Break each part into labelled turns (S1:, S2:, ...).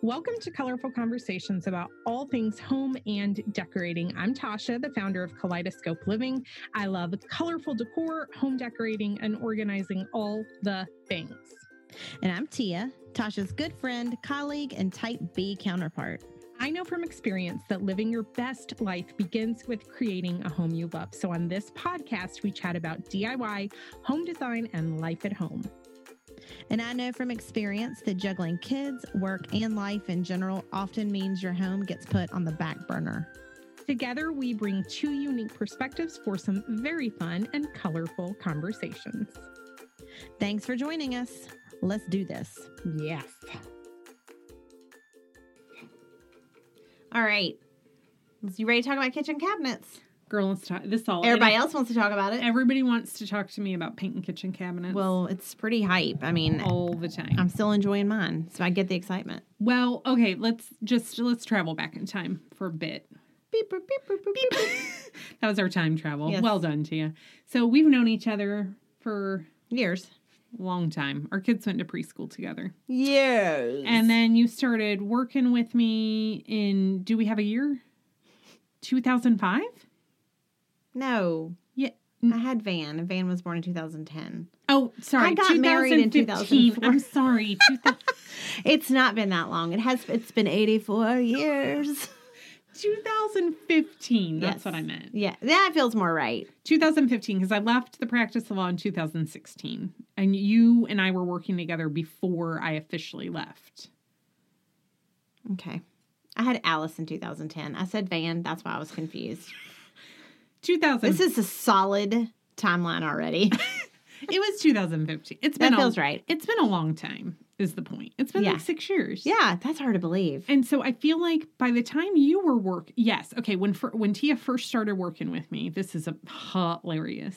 S1: Welcome to Colorful Conversations about all things home and decorating. I'm Tasha, the founder of Kaleidoscope Living. I love colorful decor, home decorating, and organizing all the things.
S2: And I'm Tia, Tasha's good friend, colleague, and type B counterpart.
S1: I know from experience that living your best life begins with creating a home you love. So on this podcast, we chat about DIY, home design, and life at home.
S2: And I know from experience that juggling kids, work, and life in general often means your home gets put on the back burner.
S1: Together, we bring two unique perspectives for some very fun and colorful conversations.
S2: Thanks for joining us. Let's do this.
S1: Yes.
S2: All right. So you ready to talk about kitchen cabinets?
S3: Girl, let's talk. This all
S2: Everybody else wants to talk about it.
S3: Everybody wants to talk to me about paint and kitchen cabinets.
S2: Well, um, it's pretty hype. I mean,
S3: all the time.
S2: I'm still enjoying mine, so I get the excitement.
S3: well, okay. Let's just let's travel back in time for a bit.
S2: Beep, boop, beep, boop, beep, boop.
S3: That was our time travel.
S2: Yes.
S3: Well done, Tia. So we've known each other for
S2: Years.
S3: a long time. Our kids went to preschool together,
S2: Years.
S3: and then you started working with me in. Do we have a year? Two thousand five.
S2: no.
S3: Yeah.
S2: I had Van, and Van was born in 2010.
S3: Oh, sorry.
S2: I got married in
S3: 2015.
S2: 2004.
S3: I'm sorry. 2000
S2: It's not been that long. It has. It's been 84 years.
S3: 2015. That's
S2: Yes.
S3: what I meant.
S2: Yeah, that feels more right.
S3: 2015 because I left the practice of law in 2016 and you and I were working together before I officially left.
S2: Okay. I had Alice in 2010. I said Van. That's why I was confused.
S3: 2000
S2: This is a solid timeline already.
S3: it was 2015. It's been
S2: That
S3: a,
S2: feels right.
S3: It's been a long time is the point. It's been
S2: Yeah.
S3: like 6 years.
S2: Yeah, that's hard to believe.
S3: And so I feel like by the time you were work, yes, okay, when fir- when Tia first started working with me, this is a hilarious.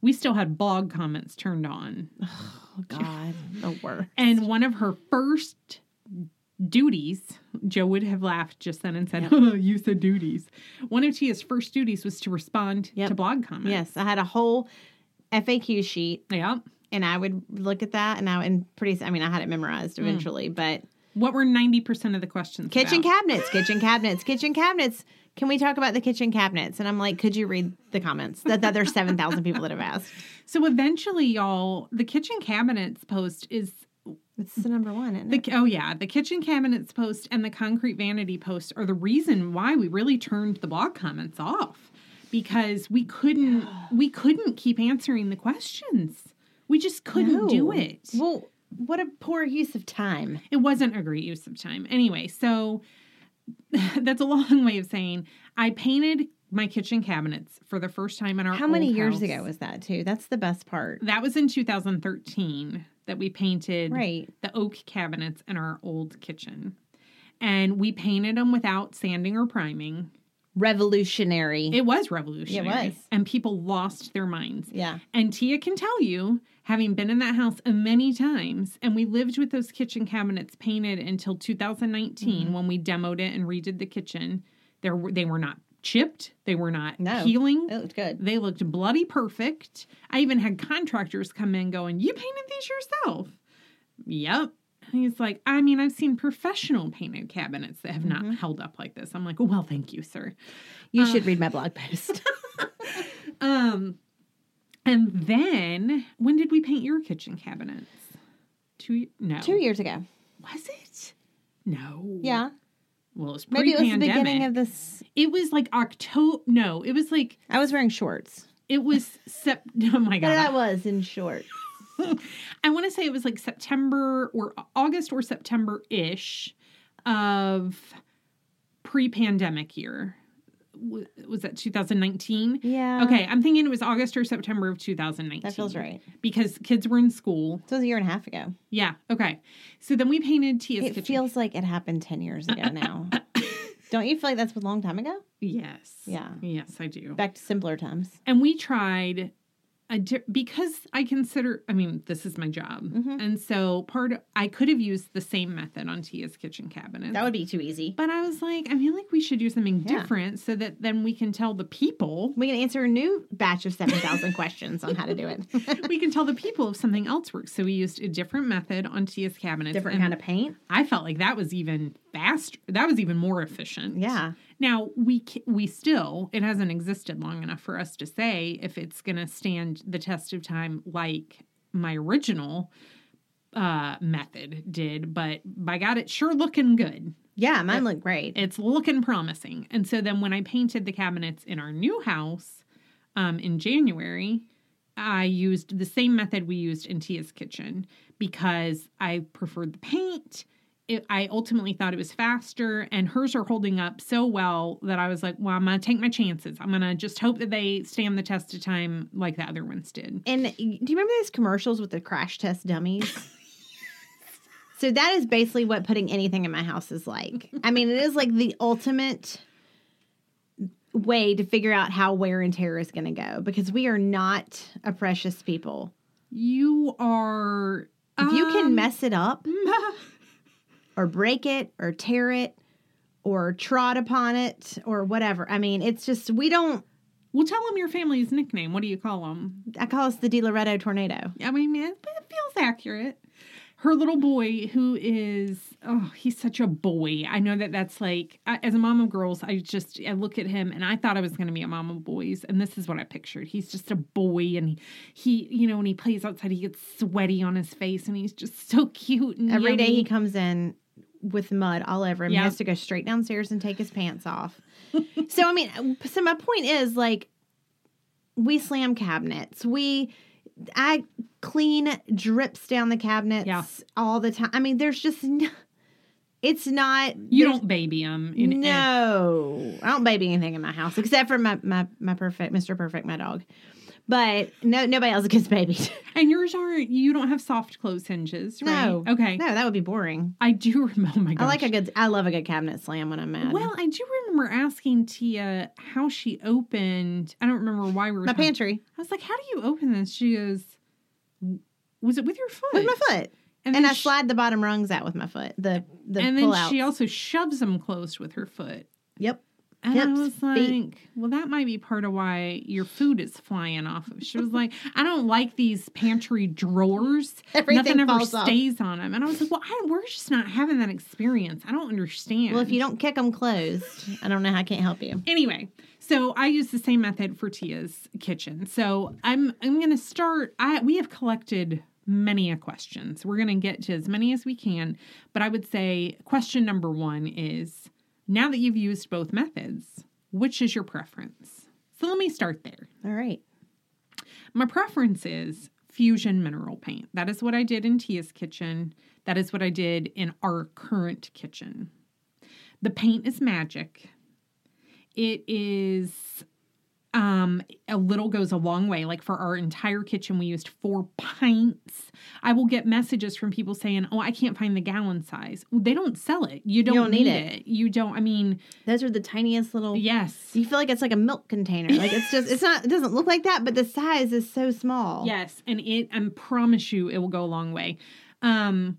S3: We still had blog comments turned on.
S2: Oh God, the worst.
S3: And one of her first duties, Joe would have laughed just then and said,
S2: Yep.
S3: oh, You said duties. One of Tia's first duties was to respond
S2: Yep.
S3: to blog comments.
S2: Yes, I had a whole FAQ sheet,
S3: Yep.
S2: and I would look at that, and I and pretty. I mean, I had it
S3: Hmm.
S2: memorized eventually, but
S3: What were 90% of the questions?
S2: kitchen
S3: about?
S2: cabinets, kitchen cabinets, kitchen cabinets. Can we talk about the kitchen cabinets? And I'm like, could you read the comments? That, that there's seven thousand people that have asked.
S3: So eventually, y'all, the kitchen cabinets post is
S2: It's the number one. Isn't
S3: the
S2: it?
S3: ki- oh yeah, the kitchen cabinets post and the concrete vanity post are the reason why we really turned the blog comments off because we couldn't we couldn't keep answering the questions. We just couldn't do
S2: No.
S3: it.
S2: Well, what a poor use of time.
S3: It wasn't a great use of time. Anyway, so that's a long way of saying I painted my kitchen cabinets for the first time in our
S2: How many
S3: old
S2: years
S3: house.
S2: ago was that too? That's the best part.
S3: that was in 2013 that we painted
S2: Right.
S3: the oak cabinets in our old kitchen. And we painted them without sanding or priming.
S2: Revolutionary.
S3: It was revolutionary.
S2: was.
S3: And people lost their minds.
S2: yeah.
S3: And Tia can tell you, having been in that house many times, and we lived with those kitchen cabinets painted until 2019 when we demoed it and redid the kitchen. There were, they were not chipped, they were not
S2: No.
S3: peeling.
S2: It looked good.
S3: They looked bloody perfect. I even had contractors come in going, "You painted these yourself?" Yep. And he's like, "I mean, I've seen professional painted cabinets that have not
S2: Mhm.
S3: held up like this." I'm like, "Well, thank you, sir."
S2: You
S3: Uh,
S2: should read my blog post.
S3: Um, and then when did we paint your kitchen cabinets? Two y- no
S2: Two years ago.
S3: was it? No.
S2: Yeah.
S3: Well, it was
S2: Maybe it was the
S3: pre-pandemic.
S2: beginning of this.
S3: It was like October. No, it was like
S2: I was wearing shorts.
S3: it was sep. Oh my
S2: But
S3: god.
S2: I was in shorts.
S3: I want to say it was like September or August or September ish of pre pandemic year. W- Was that 2019?
S2: Yeah.
S3: Okay, I'm thinking it was August or September of 2019.
S2: Uh, That feels right.
S3: Because kids were in school.
S2: So it was a year and a half ago.
S3: Yeah, okay. So then we painted Tia's
S2: It
S3: kitchen.
S2: feels like it happened 10 years ago now. Don't you feel like that's a long time ago?
S3: yes.
S2: Yeah.
S3: Yes, I do.
S2: Back to simpler times.
S3: and we tried a di- because I consider I mean this is my job.
S2: Mm-hmm.
S4: Mhm.
S3: And so part I could have used the same method on Tia's kitchen cabinet.
S2: That would be too easy.
S3: but I was like I feel like we should do something
S2: Yeah.
S3: different so that then we can tell the people
S2: We can answer a new batch of 7,000 questions on how to do it.
S3: we can tell the people if something else works. So we used a different method on Tia's cabinets.
S2: Different
S3: and
S2: kind of paint.
S3: I felt like that was even faster. That was even more efficient.
S2: Yeah.
S3: Now we ca- we still it hasn't existed long enough for us to say if it's going to stand the test of time like my original uh method did but by god it's sure looking good
S2: Yeah, mine looked great.
S3: it's looking promising and so then when i painted the cabinets in our new house um in january i used the same method we used in tia's kitchen because i preferred the paint it, I ultimately thought it was faster, and hers are holding up so well that I was like, well, I'm going to take my chances. I'm going to just hope that they stand the test of time like the other ones did.
S2: And y- do you remember those commercials with the crash test dummies? so that is basically what putting anything in my house is like. I mean, it is like the ultimate way to figure out how wear and tear is going to go because we are not a precious people.
S3: You are.
S2: If you can
S3: um,
S2: mess it up or break it or tear it or trod upon it or whatever. I mean, it's just we don't
S3: Well, tell them your family's nickname. What do you call them?
S2: I call us the De Loretto tornado.
S3: I mean, it, it feels accurate. Her little boy, who is, oh, he's such a boy. I know that that's like, I, as a mom of girls, I just, I look at him and I thought I was going to be a mom of boys. And this is what I pictured. He's just a boy and he, you know, when he plays outside, he gets sweaty on his face and he's just so cute. And
S2: Every day
S3: yummy.
S2: he comes in with mud all over him.
S3: Yeah.
S2: He has to go straight downstairs and take his pants off. so I mean, so my point is like we slam cabinets. We I clean drips down the cabinets
S3: Yeah.
S2: all the time. I mean, there's just no, it's not
S3: you
S2: there's-
S3: don't baby him. In in-
S2: no, I don't baby anything in my house except for my my my perfect Mr. Perfect, my dog. But no, nobody else gets babied.
S3: And yours aren't, you don't have soft close hinges, right?
S2: No.
S3: Okay.
S2: no, that would be boring.
S3: I do remember, oh my gosh.
S2: I like a good. I love a good cabinet slam when I'm mad.
S3: Well, I do remember asking Tia how she opened. I don't remember why we were.
S2: my
S3: talking-
S2: pantry
S3: I was like, "How do you open this?" She goes, "Was it with your foot?"
S2: with my foot, and
S3: And, then
S2: I
S3: she-
S2: slide the bottom rungs out with my foot. The the
S3: and
S2: pull
S3: then
S2: out.
S3: she also shoves them closed with her foot.
S2: yep.
S3: And I
S2: Hips,
S3: was like,
S2: feet.
S3: "Well, that might be part of why your food is flying off." of She was like, "I don't like these pantry drawers.
S2: Everything
S3: Nothing ever
S2: falls off.
S3: stays on them." And I was like, "Well, I, we're just not having that experience. I don't understand."
S2: Well, if you don't kick them closed, I don't know how I can't help you.
S3: Anyway, so I use the same method for Tia's kitchen. So I'm I'm going to start. I we have collected many a questions. We're going to get to as many as we can, but I would say question number one is now that you've used both methods, which is your preference? So let me start there.
S2: All right.
S3: My preference is fusion mineral paint. That is what I did in Tia's kitchen. That is what I did in our current kitchen. The paint is magic. It is um a little goes a long way. Like for our entire kitchen we used 4 pints. I will get messages from people saying, "Oh, I can't find the gallon size." Well, they don't sell it. You don't,
S2: don't need
S3: need, it. You don't I mean,
S2: Those are the tiniest little.
S3: yes.
S2: You feel like it's like a milk container. Like it's just. It's not. It doesn't look like that, but the size is so small.
S3: Yes, and it I promise you it will go a long way. Um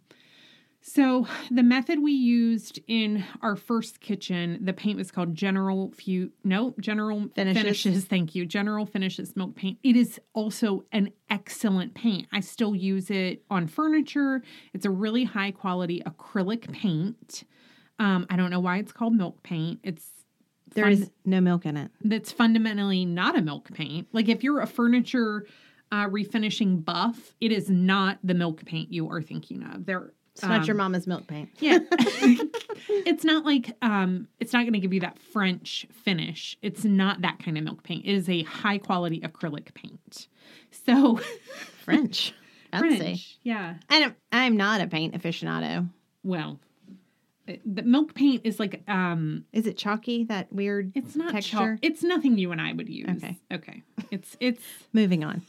S3: so the method we used in our first kitchen, the paint was called General Few no, General
S2: Finishes.
S3: thank you. General Finishes milk paint. It is also an excellent paint. I still use it on furniture. It's a really high quality acrylic paint. Um, I don't know why it's called milk paint. It's
S2: There
S3: fun-
S2: is no milk in it.
S3: that's fundamentally not a milk paint. Like if you're a furniture uh, refinishing buff, it is not the milk paint you are thinking of. There,
S2: It's not
S3: um,
S2: your mama's milk paint.
S3: Yeah, it's not like um, it's not going to give you that French finish. It's not that kind of milk paint. It is a high quality acrylic paint. So
S2: French. Fancy.
S3: French, yeah.
S2: I don't, I'm not a paint aficionado.
S3: Well, it- the milk paint is like um,
S2: Is it chalky? That weird.
S3: it's not chalk-
S2: Texture?
S3: It's nothing you and I would use.
S2: Okay.
S3: okay. It's it's.
S2: Moving on.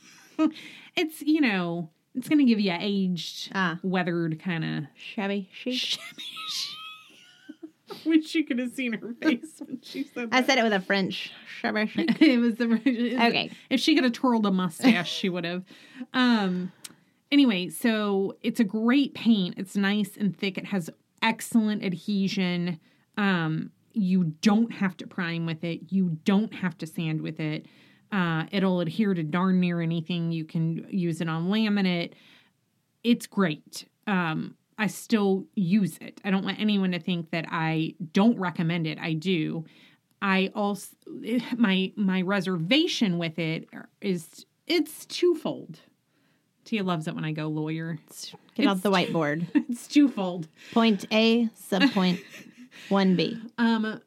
S3: it's you know it's gonna give you an aged
S2: Ah.
S3: weathered kind of
S2: Shabby chic.
S3: wish you could have seen her face when she said
S2: I
S3: that.
S2: said it with a French. Shabba shoo.
S3: it was the
S2: Okay.
S3: If she could have twirled a mustache, she would have. Um, anyway, so it's a great paint. It's nice and thick. It has excellent adhesion. Um, you don't have to prime with it. You don't have to sand with it. Uh, it'll adhere to darn near anything. You can use it on laminate. It's great. Um, I still use it. I don't want anyone to think that I don't recommend it. I do. I also my my reservation with it is it's twofold. Tia loves it when I go lawyer.
S2: Get off the whiteboard.
S3: It's twofold.
S2: Point A, sub point one B.
S3: Um uh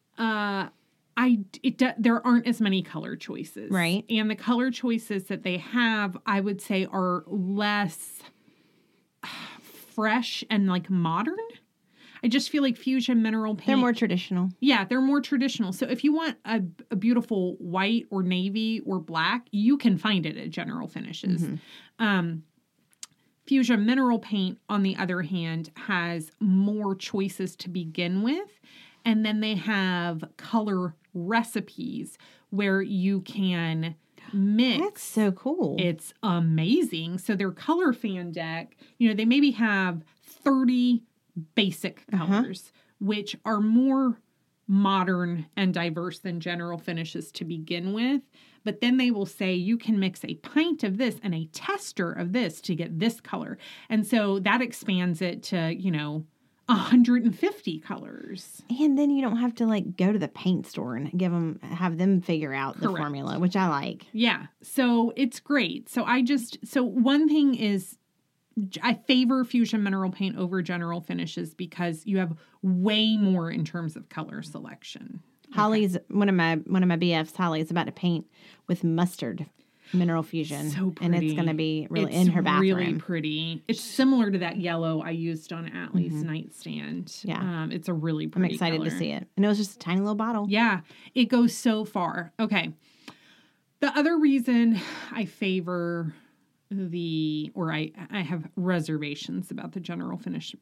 S3: I it do, there aren't as many color choices.
S2: Right.
S3: And the color choices that they have, I would say are less fresh and like modern. I just feel like fusion mineral paint
S2: They're more traditional.
S3: Yeah, they're more traditional. So if you want a, a beautiful white or navy or black, you can find it at General Finishes. Um, Fusion Mineral Paint, on the other hand, has more choices to begin with. And then they have color recipes where you can mix.
S2: That's so cool.
S3: It's amazing. So their color fan deck, you know, they maybe have 30 basic
S2: Uh-huh.
S3: colors, which are more modern and diverse than general finishes to begin with. But then they will say you can mix a pint of this and a tester of this to get this color. And so that expands it to, you know, 150 colors.
S2: and then you don't have to like go to the paint store and give them have them figure out the
S3: Correct.
S2: formula, which I like.
S3: Yeah. So it's great. So I just, so one thing is I favor fusion mineral paint over general finishes because you have way more in terms of color selection.
S2: Holly's one of my one of my BFs. Holly is about to paint with mustard mineral fusion,
S3: So
S2: and it's
S3: pretty.
S2: going to be really
S3: It's
S2: in her bathroom.
S3: Really pretty. It's similar to that yellow I used on Atlee's nightstand.
S2: Yeah.
S3: Um, it's a really
S2: I'm
S3: pretty.
S2: excited to see it. And it was just a tiny little bottle.
S3: Yeah, it goes so far. Okay. The other reason I favor the or I I have reservations about the general finish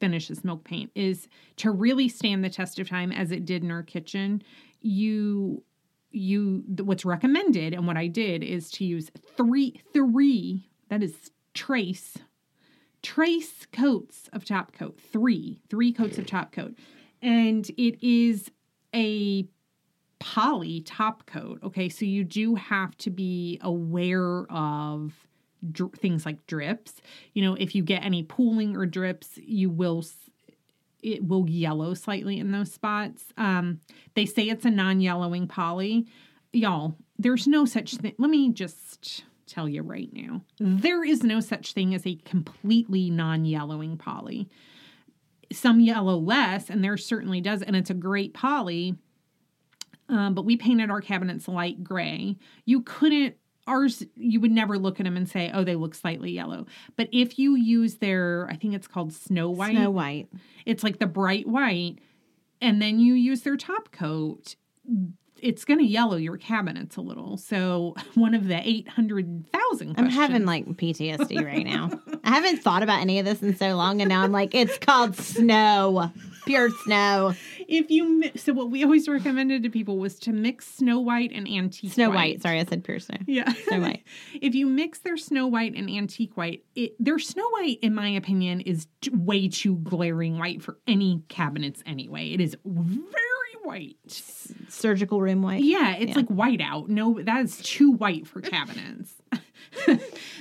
S3: finishes milk paint is to really stand the test of time as it did in our kitchen. You you th- what's recommended and what I did is to use three three that is trace trace coats of top coat three three coats of top coat and it is a poly top coat okay so you do have to be aware of dr- things like drips you know if you get any pooling or drips you will s- it will yellow slightly in those spots um they say it's a non-yellowing poly y'all there's no such thing let me just tell you right now there is no such thing as a completely non-yellowing poly some yellow less, and there certainly does, and it's a great poly. Um, but we painted our cabinets light gray. You couldn't ours. You would never look at them and say, "Oh, they look slightly yellow." But if you use their, I think it's called Snow White.
S2: Snow White.
S3: It's like the bright white, and then you use their top coat. It's going to yellow your cabinets a little. So one of the eight hundred thousand.
S2: I'm having like PTSD right now. I haven't thought about any of this in so long, and now I'm like, it's called snow, pure snow,
S3: if you mi- so what we always recommended to people was to mix Snow White and antique
S2: snow white. Sorry, I said pure snow.
S3: Yeah.
S2: Snow White.
S3: if you mix their Snow White and Antique White, it, their Snow White, in my opinion, is t- way too glaring white for any cabinets anyway. It is very white.
S2: Surgical room white.
S3: Yeah, it's
S2: Yeah.
S3: like white out. No, that is too white for cabinets.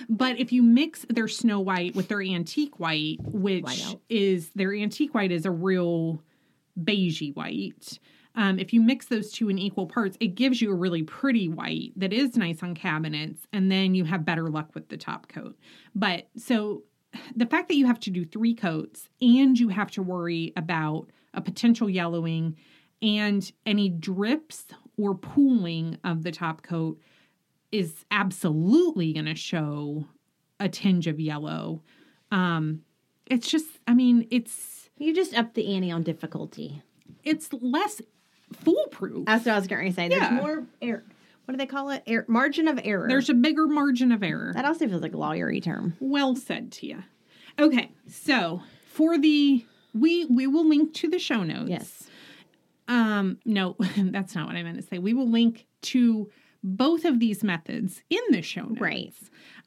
S3: but if you mix their Snow White with their Antique White, which
S2: out.
S3: is their Antique White is a real beigey white. Um, if you mix those two in equal parts, it gives you a really pretty white that is nice on cabinets, and then you have better luck with the top coat. But so the fact that you have to do three coats and you have to worry about a potential yellowing and any drips or pooling of the top coat is absolutely going to show a tinge of yellow. Um, it's just, I mean, it's
S2: You just up the ante on difficulty.
S3: it's less foolproof.
S2: That's what I was going to say. There's
S3: Yeah.
S2: more air. What do they call it? Air, margin of error.
S3: There's a bigger margin of error.
S2: that also feels like a lawyery term.
S3: Well said, Tia. Okay, so for the we we will link to the show notes.
S2: Yes.
S3: Um, no, that's not what I meant to say. We will link to both of these methods in the show notes.
S2: Right.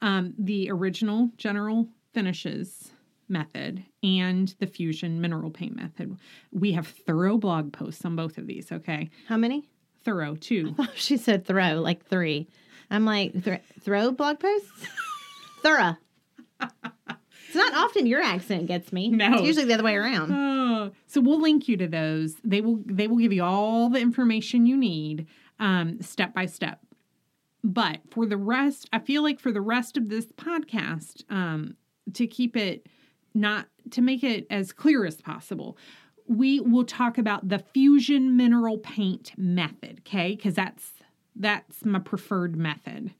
S3: Um, the original general finishes method and the fusion mineral paint method. We have thorough blog posts on both of these. Okay,
S2: How many?
S3: thorough too.
S2: Oh, she said throw, like three. I'm like, thr throw blog posts? Thorough. It's not often your accent gets me.
S3: No.
S2: It's usually the other way around.
S3: Oh, so we'll link you to those. They will they will give you all the information you need, um, step by step. But for the rest, I feel like for the rest of this podcast, um, to keep it not to make it as clear as possible, we will talk about the fusion mineral paint method. Okay, because that's that's my preferred method.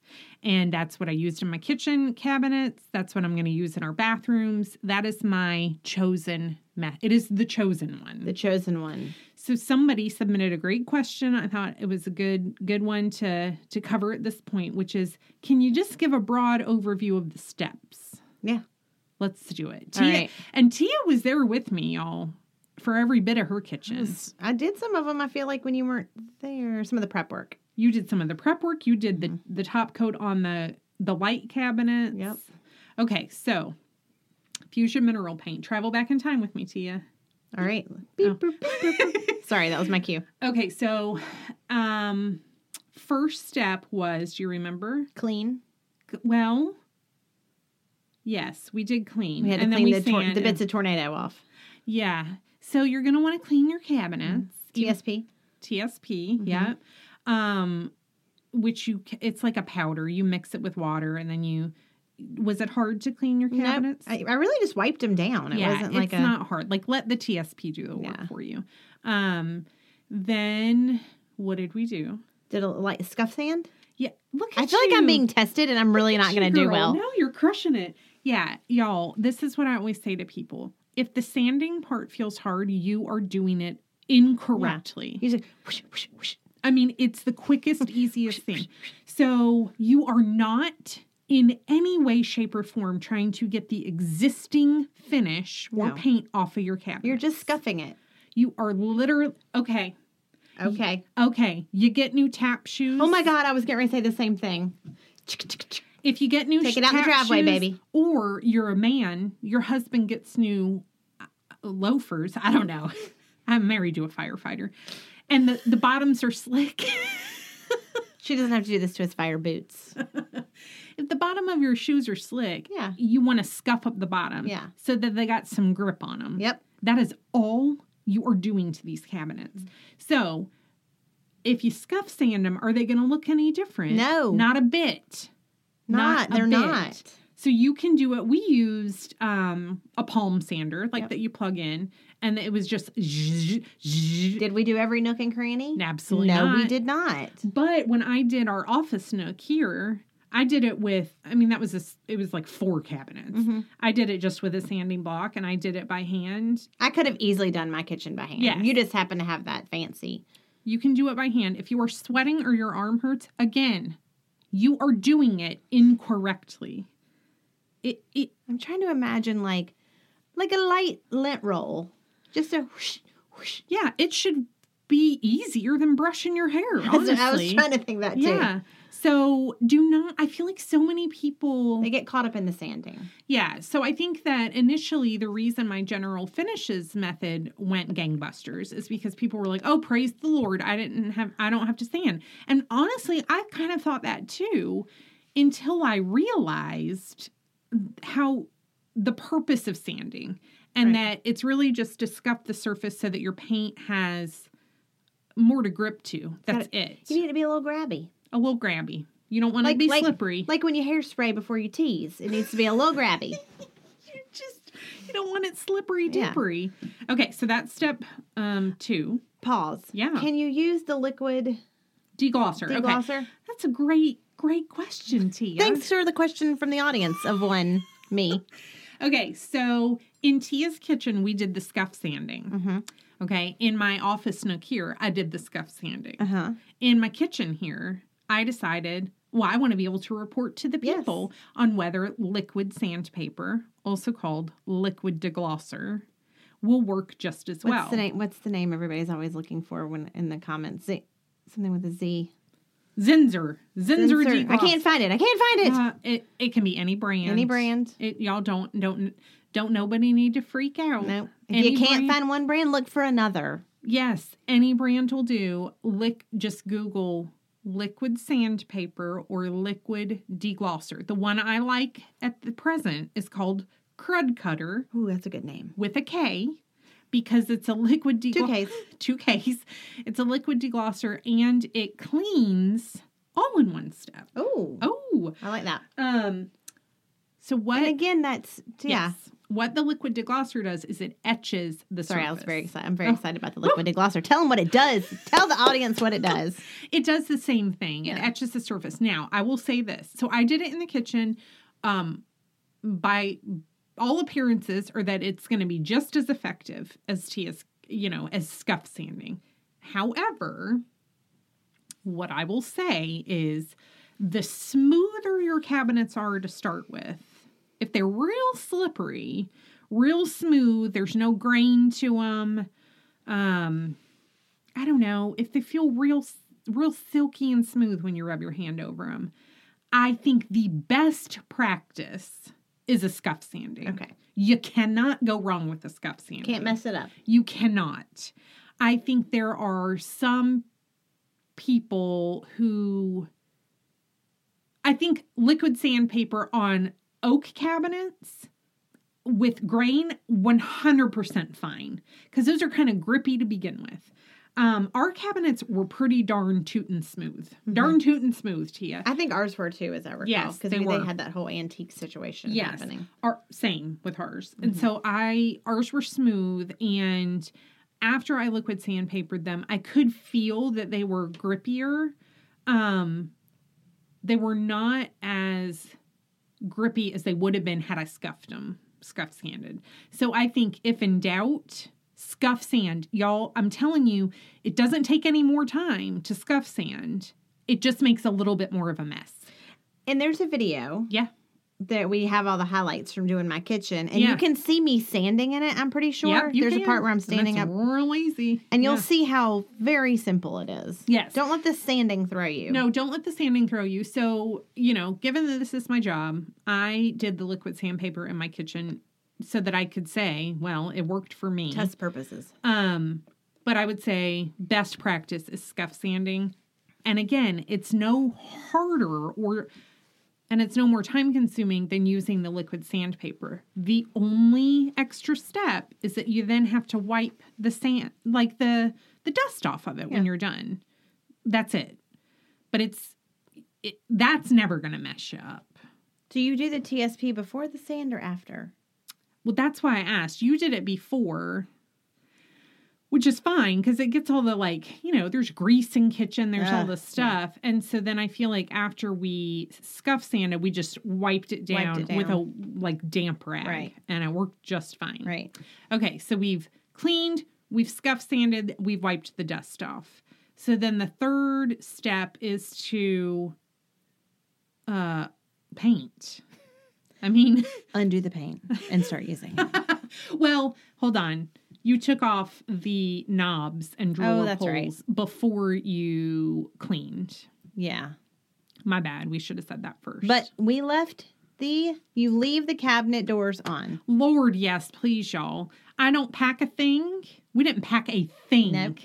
S3: And that's what I used in my kitchen cabinets. That's what I'm going to use in our bathrooms. That is my chosen method. It is the chosen one.
S2: The chosen one.
S3: So somebody submitted a great question. I thought it was a good good one to to cover at this point, which is can you just give a broad overview of the steps?
S2: Yeah.
S3: Let's do it.
S2: All
S3: Tia,
S2: right.
S3: And Tia was there with me, y'all, for every bit of her kitchen.
S2: I did some of them, I feel like, when you weren't there. Some of the prep work.
S3: You did some of the prep work, you did the the top coat on the the light cabinets.
S2: Mm-hmm. Yep.
S3: Okay, so Fusion mineral paint. Travel back in time with me, Tia.
S2: All right. Beep,
S3: Oh.
S2: boop, boop, boop, boop. Sorry, that was my cue.
S3: Okay, so um first step was, do you remember?
S2: Clean.
S3: C- Well, yes, we did clean.
S2: We had to clean the, tor-
S3: sand
S2: the bits
S3: and-
S2: of tornado off.
S3: yeah. So you're going to want to clean your cabinets.
S2: Mm-hmm.
S3: even-
S2: TSP.
S3: TSP,
S2: Mm-hmm.
S3: yeah. Um, which you, c- it's like a powder. You mix it with water and then you, was it hard to clean your
S2: No,
S3: cabinets?
S2: I, I really just wiped them down. It
S3: yeah,
S2: wasn't like
S3: it's
S2: a.
S3: not hard. Like let the TSP do the work
S2: Yeah.
S3: for you. Um, then what did we do?
S2: did a light scuff sand?
S3: Yeah, look. At
S2: I feel like I'm
S3: you.
S2: being tested and I'm really not going to do
S3: Girl,
S2: well.
S3: No, you're crushing it. Yeah, y'all, this is what I always say to people. If the sanding part feels hard, you are doing it incorrectly.
S2: He's like, whoosh, whoosh, whoosh.
S3: I mean, it's the quickest, easiest thing. So you are not in any way, shape, or form trying to get the existing finish or
S2: No.
S3: paint off of your cabinet.
S2: You're just scuffing it.
S3: you are literally okay.
S2: Okay.
S3: Okay, you get new tap shoes.
S2: Oh my God, I was getting ready to say the same thing.
S3: If you get new
S2: Take it out in the
S3: tap
S2: driveway,
S3: shoes,
S2: baby.
S3: Or you're a man, your husband gets new uh, loafers. I don't know. I'm married to a firefighter. And the, the bottoms are slick.
S2: She doesn't have to do this to his fire boots.
S3: if the bottom of your shoes are slick,
S2: Yeah.
S3: you want to scuff up the bottom.
S2: Yeah.
S3: So that they got some grip on them.
S2: Yep.
S3: That is all you are doing to these cabinets. So if you scuff sand them, are they going to look any different?
S2: No.
S3: Not a bit.
S2: Not,
S3: a
S2: they're
S3: bit.
S2: not.
S3: So you can do it. We used um, a palm sander, like
S2: Yep.
S3: that you plug in, and it was just. zzz, zzz.
S2: Did we do every nook and cranny?
S3: Absolutely
S2: No, we
S3: not.
S2: did not.
S3: But when I did our office nook here, I did it with. I mean, that was a. s- It was like four cabinets.
S2: Mhm.
S3: I did it just with a sanding block, and I did it by hand.
S2: I could have easily done my kitchen by hand.
S3: Yes.
S2: You just happen to have that fancy.
S3: You can do it by hand. If you are sweating or your arm hurts, again, you are doing it incorrectly. It it
S2: I'm trying to imagine like like a light lint roll. Just a whoosh, whoosh.
S3: yeah, it should be easier than brushing your hair. Honestly.
S2: I was trying to think that too.
S3: Yeah. So do not. I feel like so many people.
S2: They get caught up in the sanding.
S3: yeah. So I think that initially the reason my general finishes method went gangbusters is because people were like, "Oh, praise the Lord! I didn't have. I don't have to sand." And honestly, I kind of thought that too, until I realized how the purpose of sanding and that it's really just to scuff the surface so that your paint has more to grip to. That's it.
S2: You need to be a little grabby.
S3: a little grabby. You don't want to
S2: Like-
S3: be
S2: like-
S3: slippery.
S2: Like when you hairspray before you tease, it needs to be a little grabby.
S3: you just you don't want it slippery
S2: Yeah.
S3: dippery. Okay, so that's step um two.
S2: Pause.
S3: Yeah.
S2: Can you use the liquid
S3: Deglosser. Okay.
S2: deglosser?
S3: That's a great, great question, Tia.
S2: Thanks for the question from the audience of one me.
S3: Okay, so in Tia's kitchen we did the scuff sanding.
S2: Mm-hmm.
S3: Okay. In my office nook here, I did the scuff sanding.
S2: Uh huh.
S3: In my kitchen here, I decided well, I want to be able to report to the
S2: Yes.
S3: people on whether liquid sandpaper, also called liquid deglosser, will work just as
S2: What's
S3: well.
S2: the name? What's the name everybody's always looking for when in the comments? Z- something with a Z.
S3: Zinzer. Zinzer.
S2: Zinser. I can't find it. I can't find it.
S3: Uh, it it can be any brand.
S2: Any brand.
S3: It, y'all don't don't don't nobody need to freak out.
S2: No. If
S3: Any
S2: you can't
S3: brand-
S2: find one brand, look for another.
S3: Yes, any brand will do. Lick just Google liquid sandpaper or liquid deglosser. The one I like at the present is called Crud Cutter
S2: Ooh, that's a good name.
S3: with a K because it's a liquid
S2: Two
S3: deglosser.
S2: Ks.
S3: Two Ks. It's a liquid deglosser and it cleans all in one step.
S2: Ooh.
S3: Oh,
S2: I like that.
S3: um, so what?
S2: And again, that's yeah.
S3: Yes. What the liquid deglosser does is it etches the
S2: Sorry,
S3: surface.
S2: I was very excited. I'm very excited about the liquid deglosser. Tell them what it does. Tell the audience what it does.
S3: It does the same thing. It
S2: Yeah.
S3: etches the surface. Now, I will say this. So I did it in the kitchen. Um, by all appearances, are that it's going to be just as effective as tea as you know as scuff sanding. However, what I will say is, the smoother your cabinets are to start with, if they're real slippery, real smooth, there's no grain to them. Um, I don't know if they feel real, real silky and smooth when you rub your hand over them. I think the best practice is a scuff sanding.
S2: Okay.
S3: you cannot go wrong with a scuff sanding.
S2: Can't mess it up.
S3: You cannot. I think there are some people who I think liquid sandpaper on oak cabinets with grain 100% fine because those are kind of grippy to begin with. Um, our cabinets were pretty darn tootin' smooth. Darn tootin' smooth, Tia.
S2: I think ours were too, as I recall.
S3: Yes,
S2: because
S3: they
S2: they,
S3: were.
S2: had that whole antique situation
S3: Yes.
S2: happening.
S3: Our, same with hers. And
S2: Mm-hmm.
S3: so I ours were smooth and after I liquid sandpapered them, I could feel that they were grippier. Um they were not as grippy as they would have been had I scuffed them, scuff sanded. So I think if in doubt, scuff sand. Y'all, I'm telling you, it doesn't take any more time to scuff sand. It just makes a little bit more of a mess.
S2: And there's a video
S3: Yeah.
S2: that we have all the highlights from doing my kitchen, and
S3: Yeah.
S2: you can see me sanding in it. I'm pretty sure
S3: Yep, you
S2: there's a
S3: can.
S2: part where I'm
S3: And
S2: standing
S3: that's
S2: up,
S3: real easy,
S2: and you'll
S3: Yeah.
S2: see how very simple it is.
S3: Yes.
S2: Don't let the sanding throw you.
S3: No, don't let the sanding throw you. So, you know, given that this is my job, I did the liquid sandpaper in my kitchen so that I could say, well, it worked for me.
S2: test purposes.
S3: Um, but I would say best practice is scuff sanding. And again, it's no harder or and it's no more time consuming than using the liquid sandpaper. The only extra step is that you then have to wipe the sand like the the dust off of it when
S2: Yeah.
S3: you're done. That's it. But it's it, that's never going to mess you up.
S2: Do you do the TSP before the sand or after?
S3: Well, that's why I asked. You did it before, which is fine because it gets all the like, you know, there's grease in kitchen, there's all
S2: Ugh,
S3: this stuff. And so then I feel like after we scuff sanded, we just wiped it down,
S2: Wiped it
S3: with a
S2: down.
S3: like damp rag.
S2: Right.
S3: And it worked just fine.
S2: Right.
S3: Okay, so we've cleaned, we've scuff sanded, we've wiped the dust off. So then the third step is to uh paint. I mean
S2: Undo the paint and start using it.
S3: well, hold on. You took off the knobs and drawer
S2: Oh, that's
S3: pulls
S2: right.
S3: before you cleaned.
S2: yeah.
S3: My bad. We should have said that first.
S2: But we left the you leave the cabinet doors on.
S3: Lord, yes, please, y'all. I don't pack a thing. We didn't pack a thing.
S2: Nope.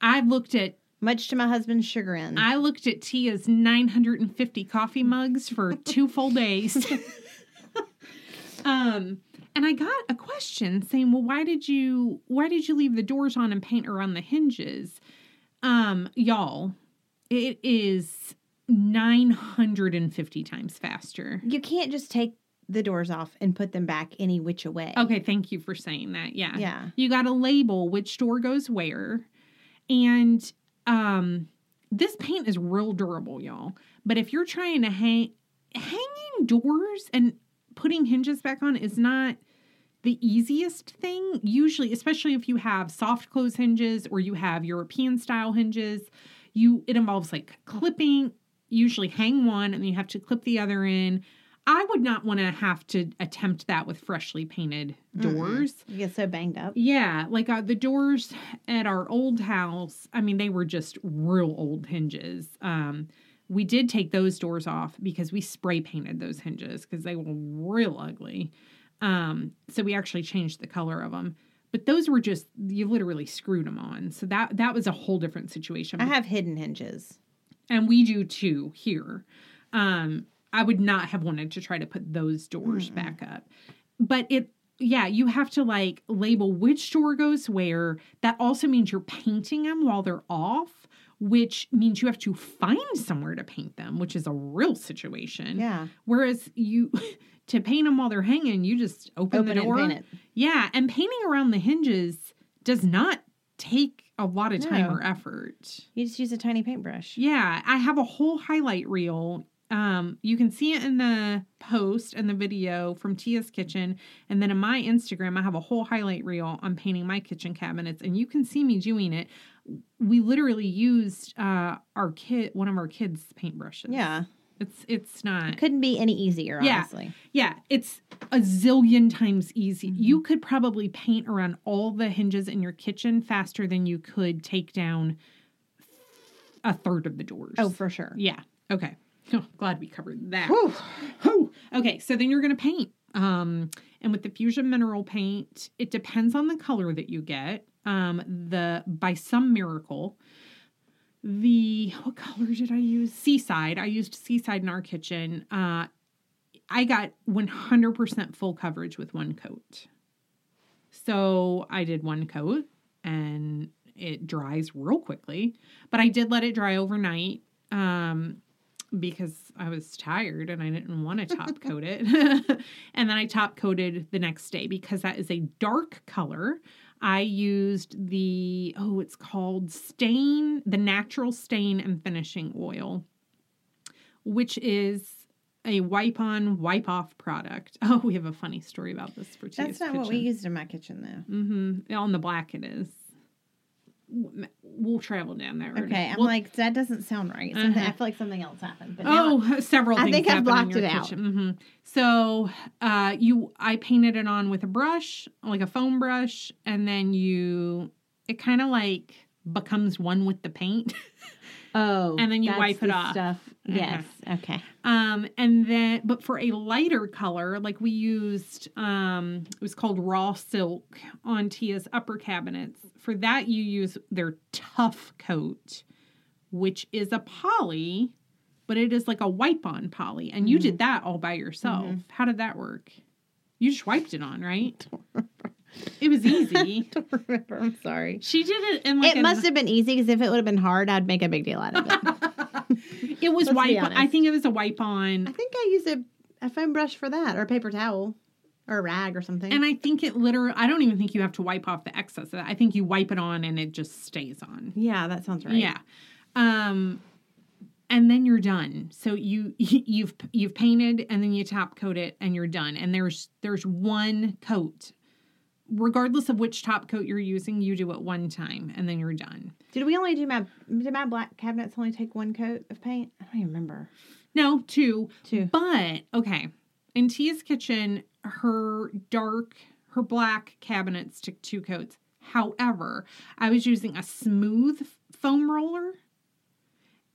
S3: I looked at
S2: Much to my husband's chagrin.
S3: I looked at Tia's 950 coffee mugs for two full days. um, and I got a question saying, "Well, why did you why did you leave the doors on and paint around the hinges?" Um, y'all, it is 950 times faster.
S2: you can't just take the doors off and put them back any which a way.
S3: Okay, thank you for saying that. Yeah.
S2: Yeah.
S3: You got to label which door goes where. And um this paint is real durable, y'all. But if you're trying to hang hanging doors and putting hinges back on is not the easiest thing usually especially if you have soft close hinges or you have european style hinges you it involves like clipping usually hang one and you have to clip the other in I would not want to have to attempt that with freshly painted doors.
S2: You get so banged up.
S3: Yeah, like uh, the doors at our old house, I mean, they were just real old hinges. Um, we did take those doors off because we spray painted those hinges because they were real ugly. Um, so we actually changed the color of them. But those were just you literally screwed them on. So that that was a whole different situation.
S2: I have hidden hinges.
S3: and we do too here. Um, I would not have wanted to try to put those doors back up. But it, yeah, you have to like label which door goes where. That also means you're painting them while they're off, which means you have to find somewhere to paint them, which is a real situation.
S2: Yeah.
S3: Whereas you, to paint them while they're hanging, you just open,
S2: Open
S3: the
S2: and
S3: door.
S2: paint it.
S3: Yeah, and painting around the hinges does not take a lot of time
S2: No.
S3: or effort.
S2: You just use a tiny paintbrush.
S3: Yeah, I have a whole highlight reel. Um, you can see it in the post and the video from Tia's kitchen, and then in my Instagram, I have a whole highlight reel on painting my kitchen cabinets, and you can see me doing it. We literally used uh, our kid, one of our kids' paintbrushes.
S2: Yeah.
S3: it's it's not.
S2: Couldn't be any easier,
S3: Yeah.
S2: honestly.
S3: Yeah, it's a zillion times easy.
S2: Mm-hmm.
S3: You could probably paint around all the hinges in your kitchen faster than you could take down a third of the doors.
S2: Oh, for sure.
S3: Yeah. Okay. Oh, glad we covered that.
S2: Whew.
S3: Whew. Okay. So then you're going to paint. Um, and with the fusion mineral paint, it depends on the color that you get. Um, the by some miracle, the what color did I use? Seaside. I used seaside in our kitchen. Uh, I got 100% full coverage with one coat. So I did one coat and it dries real quickly, but I did let it dry overnight um, because I was tired and I didn't want to top coat it. and then I top coated the next day because that is a dark color. I used the, oh, it's called stain, the natural stain and finishing oil, which is a wipe on, wipe off product. Oh, we have a funny story about this for Tia's
S2: That's not what we
S3: kitchen.
S2: used in my kitchen, though.
S3: Mm-hmm. On the black, it is. W- We'll travel down that road.
S2: Okay. I'm
S3: We'll-
S2: like, that doesn't sound right. Something-
S3: Uh-huh.
S2: I feel like something else happened. But now
S3: oh, several.
S2: I
S3: Things
S2: think I've
S3: happen
S2: blocked
S3: in your
S2: it out.
S3: kitchen. Mhm. So, uh, you, I painted it on with a brush, like a foam brush, and then you, it kind of like becomes one with the paint.
S2: Oh,
S3: And then you
S2: that's
S3: wipe it
S2: the
S3: off. Uh-huh.
S2: Stuff. Yes. Okay.
S3: Um, and then, but for a lighter color, like we used, um, it was called raw silk on Tia's upper cabinets. For that, you use their tough coat, which is a poly, but it is like a wipe on poly. And you did
S2: Mm-hmm.
S3: that all by yourself. How did that work? You just wiped it on, right? It was easy.
S2: Don't remember. I'm sorry.
S3: she did it in like
S2: It
S3: a-
S2: must have been easy because if it would have been hard, I'd make a big deal out of it.
S3: it was
S2: Let's be
S3: wipe. I
S2: honest.
S3: think it was a wipe on.
S2: I think I used a, a foam brush for that or a paper towel or a rag or something.
S3: And I think it literally, I don't even think you have to wipe off the excess of that. I think you wipe it on and it just stays on.
S2: yeah, that sounds right.
S3: Yeah. Um, and then you're done. So you you've you've painted and then you top coat it and you're done. And there's there's one coat. Regardless of which top coat you're using, you do it one time and then you're done.
S2: Did we only do my did my black cabinets only take one coat of paint? I don't even remember.
S3: No, two.
S2: Two.
S3: But okay. In Tia's kitchen, her dark, her black cabinets took two coats. However, I was using a smooth foam roller.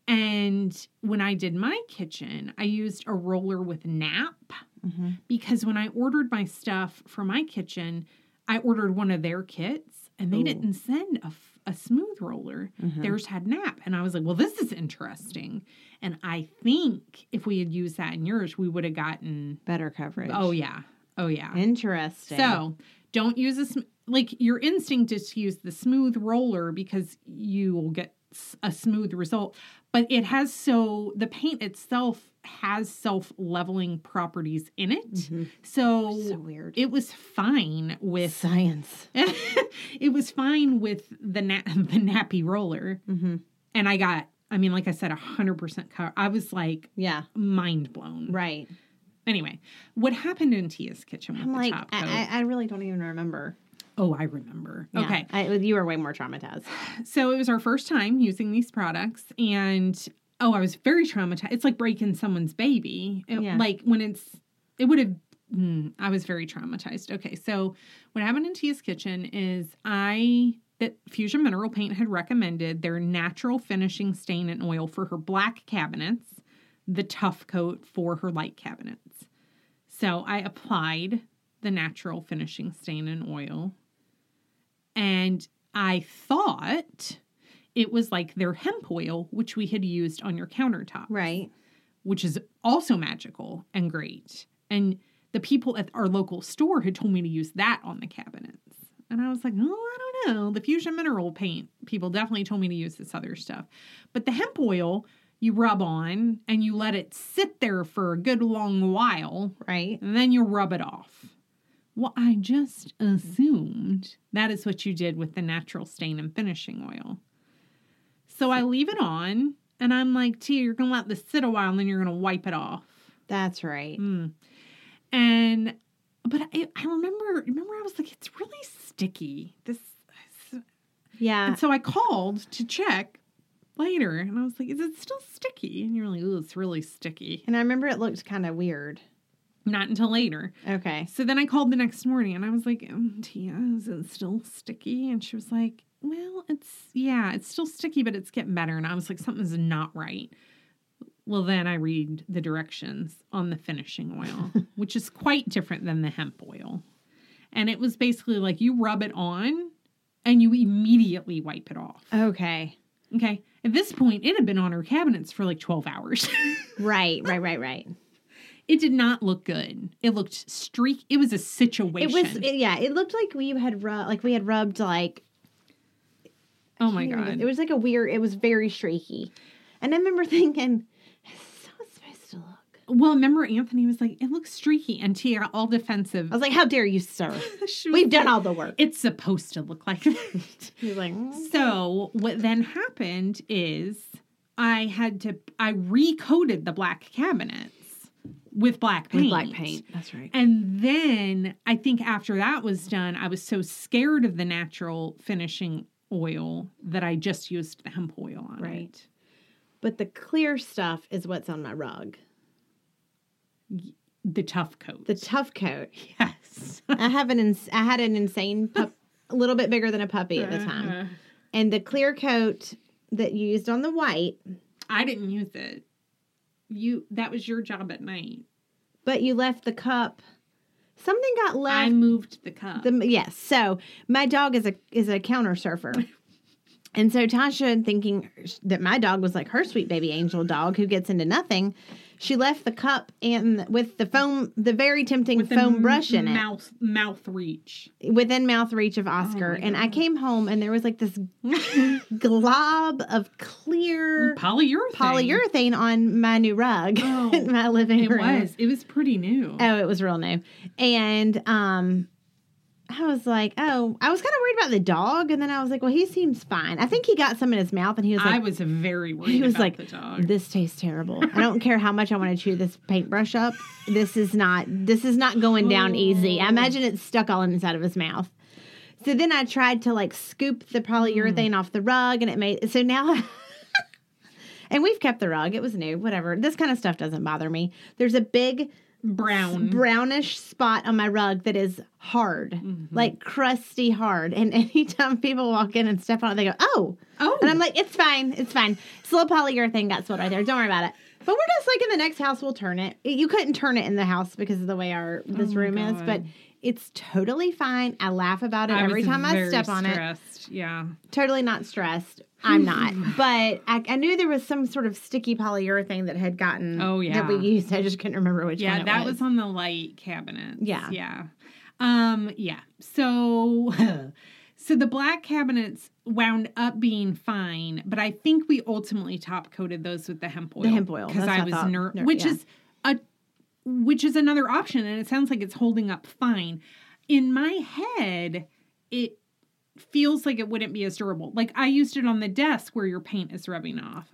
S3: And when I did my kitchen, I used a roller with nap
S2: Mhm.
S3: because when I ordered my stuff for my kitchen, I ordered one of their kits and they
S2: Ooh.
S3: didn't send a, f- a smooth roller.
S2: Mhm.
S3: Theirs had nap. And I was like, well, this is interesting. And I think if we had used that in yours, we would have gotten,
S2: Better coverage.
S3: oh, yeah. Oh, yeah.
S2: Interesting.
S3: So don't use a, sm- like, your instinct is to use the smooth roller because you will get s- a smooth result. But it has so, the paint itself has self leveling properties in it.
S2: Mhm.
S3: So,
S2: so weird.
S3: it was fine with
S2: science.
S3: it was fine with the na- the nappy roller,
S2: hmm
S3: and I got I mean, like I said, hundred percent cover. I was like
S2: Yeah.
S3: mind blown.
S2: Right.
S3: Anyway, what happened in Tia's kitchen with
S2: I'm
S3: the
S2: like
S3: top coat?
S2: I, I, I really don't even remember.
S3: oh, I remember.
S2: Yeah.
S3: Okay,
S2: I, you were way more traumatized.
S3: so it was our first time using these products, and oh, I was very traumatized. It's like breaking someone's baby. It-
S2: Yeah.
S3: Like when it's it would have mm, i was very traumatized okay so what happened in tia's kitchen is i that fusion mineral paint had recommended their natural finishing stain and oil for her black cabinets the tough coat for her light cabinets so i applied the natural finishing stain and oil and i thought it was like their hemp oil which we had used on your countertop
S2: Right.
S3: which is also magical and great. And the people at our local store had told me to use that on the cabinets. And I was like, oh, I don't know. The fusion mineral paint people definitely told me to use this other stuff. But the hemp oil you rub on and you let it sit there for a good long while,
S2: Right.
S3: and then you rub it off. Well, I just assumed that is what you did with the natural stain and finishing oil. So I leave it on and I'm like, Tia, you're going to let this sit a while and then you're going to wipe it off.
S2: That's right.
S3: Mm. And, but I, I remember, remember I was like, it's really sticky. This,
S2: Yeah.
S3: and so I called to check later and I was like, is it still sticky? And you're like, oh, it's really sticky.
S2: And I remember it looked kind of weird.
S3: Not until later.
S2: Okay.
S3: So then I called the next morning and I was like, um, Tia, is it still sticky? And she was like, Well, it's, yeah, it's still sticky, but it's getting better. And I was like, Something's not right. Well, then I read the directions on the finishing oil, which is quite different than the hemp oil. And it was basically like you rub it on and you immediately wipe it off.
S2: Okay.
S3: Okay. At this point, it had been on her cabinets for like 12 hours.
S2: Right. Right. Right. Right.
S3: it did not look good. It looked streak. It was a
S2: it
S3: situation.
S2: was. It, yeah. It looked like we had rubbed. Like we had rubbed. Like.
S3: oh my
S2: you know,
S3: God.
S2: It was like a weird. It was very streaky. And I remember thinking, "This is how it's supposed to look."
S3: Well, remember Anthony was like, "It looks streaky," and Tia got all defensive.
S2: I was like, "How dare you, sir?
S3: She was
S2: We've done
S3: like,
S2: all the work."
S3: It's supposed to look like that.
S2: He was like, "Mm."
S3: so what then happened is I had to I recoated the black cabinets with black paint.
S2: With black paint. That's right.
S3: And then I think after that was done, I was so scared of the natural finishing oil that I just used the hemp oil on
S2: Right.
S3: it.
S2: But the clear stuff is what's on my rug.
S3: The tough coat.
S2: The tough coat.
S3: yes.
S2: I have an ins- I had an insane pup, a little bit bigger than a puppy at the time, and the clear coat that you used on the white,
S3: I didn't use it. You that was your job at night.
S2: but you left the cup. Something got
S3: I
S2: left.
S3: moved the cup.
S2: The, yes, so my dog is a is a counter surfer. And so Tasha, thinking that my dog was like her sweet baby angel dog who gets into nothing, she left the cup and with the foam, the very tempting
S3: with the
S2: foam
S3: m-
S2: brush in it.
S3: mouth, Mouth reach.
S2: within mouth reach of Oscar.
S3: Oh my
S2: and I came home and there was like this glob of clear
S3: Polyurethane.
S2: polyurethane on my new rug
S3: Oh,
S2: in my living
S3: It
S2: room.
S3: was. It was pretty new.
S2: Oh, it was real new. And um I was like, oh, I was kind of worried about the dog, and then I was like, well, he seems fine. I think he got some in his mouth, and he was
S3: I
S2: like,
S3: was very worried
S2: he was
S3: about
S2: like,
S3: the dog.
S2: this tastes terrible. I don't care how much I want to chew this paintbrush up. This is not this is not going down easy.
S3: Oh.
S2: I imagine it's stuck all inside of his mouth. So then I tried to like scoop the polyurethane
S3: Mm.
S2: off the rug and it made so now and we've kept the rug. It was new, whatever. This kind of stuff doesn't bother me. There's a big
S3: Brown.
S2: brownish spot on my rug that is hard,
S3: Mm-hmm.
S2: like crusty hard. And anytime people walk in and step on it, they go, "Oh,
S3: Oh.
S2: and I'm like, "It's fine, it's fine." It's a little polyurethane got spilled right there. Don't worry about it. But we're just like in the next house, we'll turn it. You couldn't turn it in the house because of the way our this
S3: my
S2: room is,
S3: Oh, God.
S2: but it's totally fine. I laugh about it
S3: I
S2: every
S3: was
S2: time I
S3: very
S2: step on it
S3: stressed. Yeah.
S2: totally not stressed. I'm not, but I, I knew there was some sort of sticky polyurethane that had gotten.
S3: Oh,
S2: that we
S3: yeah.
S2: used. I just couldn't remember which one.
S3: Yeah,
S2: it
S3: that was. on the light cabinet.
S2: Yeah.
S3: Yeah. Um, yeah. So so the black cabinets wound up being fine, but I think we ultimately top coated those with the hemp oil.
S2: hemp oil,
S3: Because
S2: that's what
S3: I
S2: I
S3: was
S2: thought.
S3: ner-
S2: Ner-
S3: which
S2: yeah.
S3: is a which is another option, and it sounds like it's holding up fine. In my head, it feels like it wouldn't be as durable. Like I used it on the desk where your paint is rubbing off.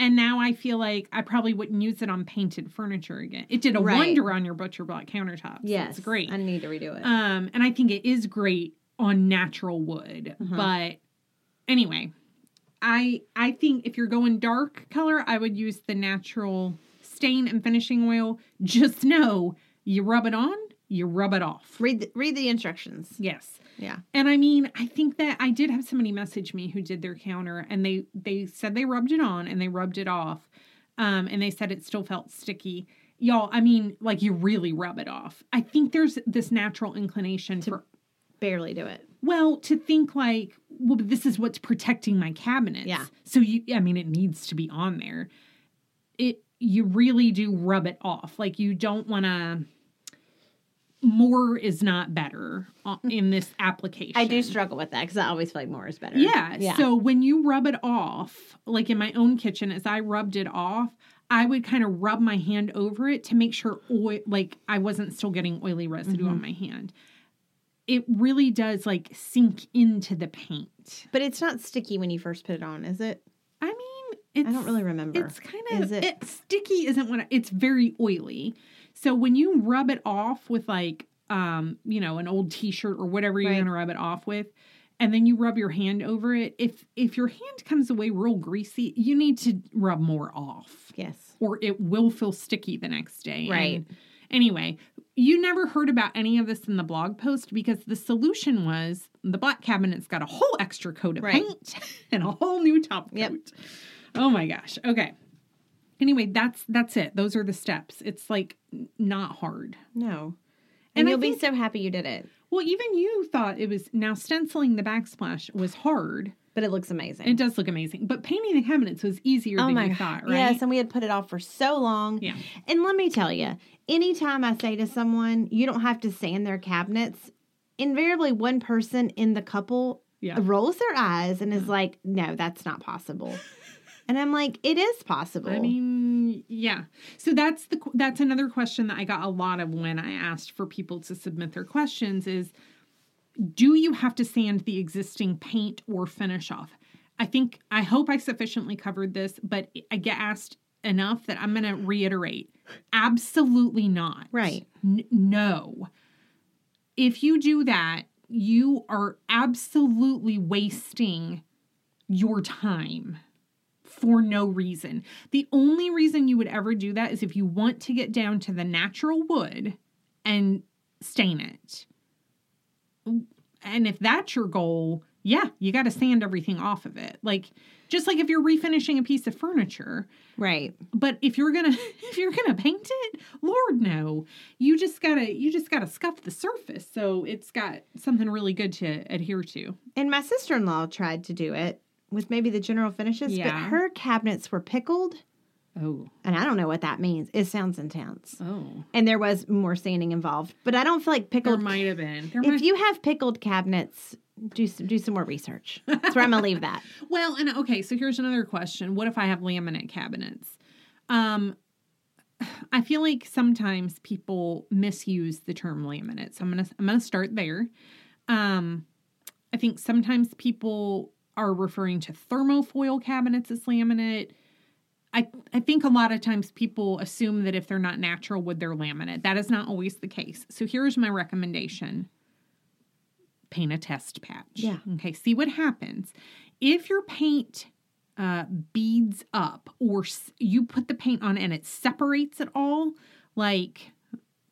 S3: And now I feel like I probably wouldn't use it on painted furniture again. It did a
S2: Right.
S3: wonder on your butcher block countertops.
S2: yes,
S3: It's great.
S2: I need to redo it.
S3: Um, and I think it is great on natural wood.
S2: Uh-huh.
S3: But anyway, I I think if you're going dark color, I would use the natural stain and finishing oil. Just know You rub it on, you rub it off.
S2: Read the, read the instructions.
S3: Yes.
S2: Yeah.
S3: And I mean, I think that I did have somebody message me who did their counter and they they said they rubbed it on and they rubbed it off. Um and they said it still felt sticky. Y'all, I mean, like you really rub it off. I think there's this natural inclination for
S2: Barely do it.
S3: well, to think like, well, but this is what's protecting my cabinets.
S2: Yeah.
S3: So you, I mean, it needs to be on there. It, you really do rub it off. Like you don't want to. More is not better on- in this application.
S2: I do struggle with that because I always feel like more is better.
S3: Yeah.
S2: Yeah.
S3: So when you rub it off, like in my own kitchen, as I rubbed it off, I would kind of rub my hand over it to make sure, oil, like I wasn't still getting oily residue
S2: Mm-hmm.
S3: on my hand. It really does like sink into the paint.
S2: But it's not sticky when you first put it on, is it?
S3: I mean, it's
S2: I don't really remember.
S3: It's kind of
S2: Is it-
S3: it's sticky. Isn't what I- it's very oily. So when you rub it off with like um you know an old T-shirt or whatever you're
S2: Right.
S3: gonna rub it off with, and then you rub your hand over it. If if your hand comes away real greasy, you need to rub more off,
S2: yes.
S3: or it will feel sticky the next day.
S2: Right.
S3: And anyway. You never heard about any of this in the blog post because the solution was the black cabinet's got a whole extra coat of
S2: Right.
S3: paint and a whole new top coat.
S2: Yep.
S3: Oh my gosh. Okay. Anyway, that's that's it. Those are the steps. It's like n- not hard.
S2: No. And,
S3: And I
S2: you'll be
S3: think-
S2: so happy you did it.
S3: Well, even you thought it was now stenciling the backsplash was hard.
S2: But it looks amazing.
S3: It does look amazing, but painting the cabinets was easier than you
S2: God.
S3: thought, right?
S2: Oh Yes, and we had put it off for so long.
S3: Yeah.
S2: And let me tell you, anytime I say to someone, you don't have to sand their cabinets, invariably one person in the couple
S3: Yeah. Uh-huh.
S2: rolls their eyes and is like, no, that's not possible. and I'm like, it is possible.
S3: I mean, yeah. So that's the qu- that's another question that I got a lot of when I asked for people to submit their questions is do you have to sand the existing paint or finish off? I think I hope I sufficiently covered this, but I get asked enough that I'm going to reiterate. Absolutely not.
S2: Right.
S3: N- no. If you do that, you are absolutely wasting your time for no reason. The only reason you would ever do that is if you want to get down to the natural wood and stain it. And if that's your goal, yeah, you got to sand everything off of it. Like just like if you're refinishing a piece of furniture,
S2: right.
S3: but if you're gonna if you're gonna paint it lord no you just gotta you just gotta scuff the surface so it's got something really good to adhere to
S2: And my sister in law tried to do it with maybe the general finishes,
S3: Yeah.
S2: but her cabinets were pickled.
S3: oh
S2: And I don't know what that means. It sounds intense.
S3: oh
S2: And there was more sanding involved, but I don't feel like
S3: there
S2: pickled
S3: might have been there might
S2: If you have pickled cabinets, do some, do some more research. That's where I'm gonna leave that.
S3: well and okay so here's another question what if i have laminate cabinets um i feel like sometimes people misuse the term laminate so i'm gonna i'm gonna start there um i think sometimes people are referring to thermofoil cabinets as laminate I, I think a lot of times people assume that if they're not natural wood, they're laminate. That is not always the case. So here's my recommendation paint a test patch.
S2: Yeah.
S3: Okay, see what happens. If your paint uh, beads up or s- you put the paint on and it separates it all, like,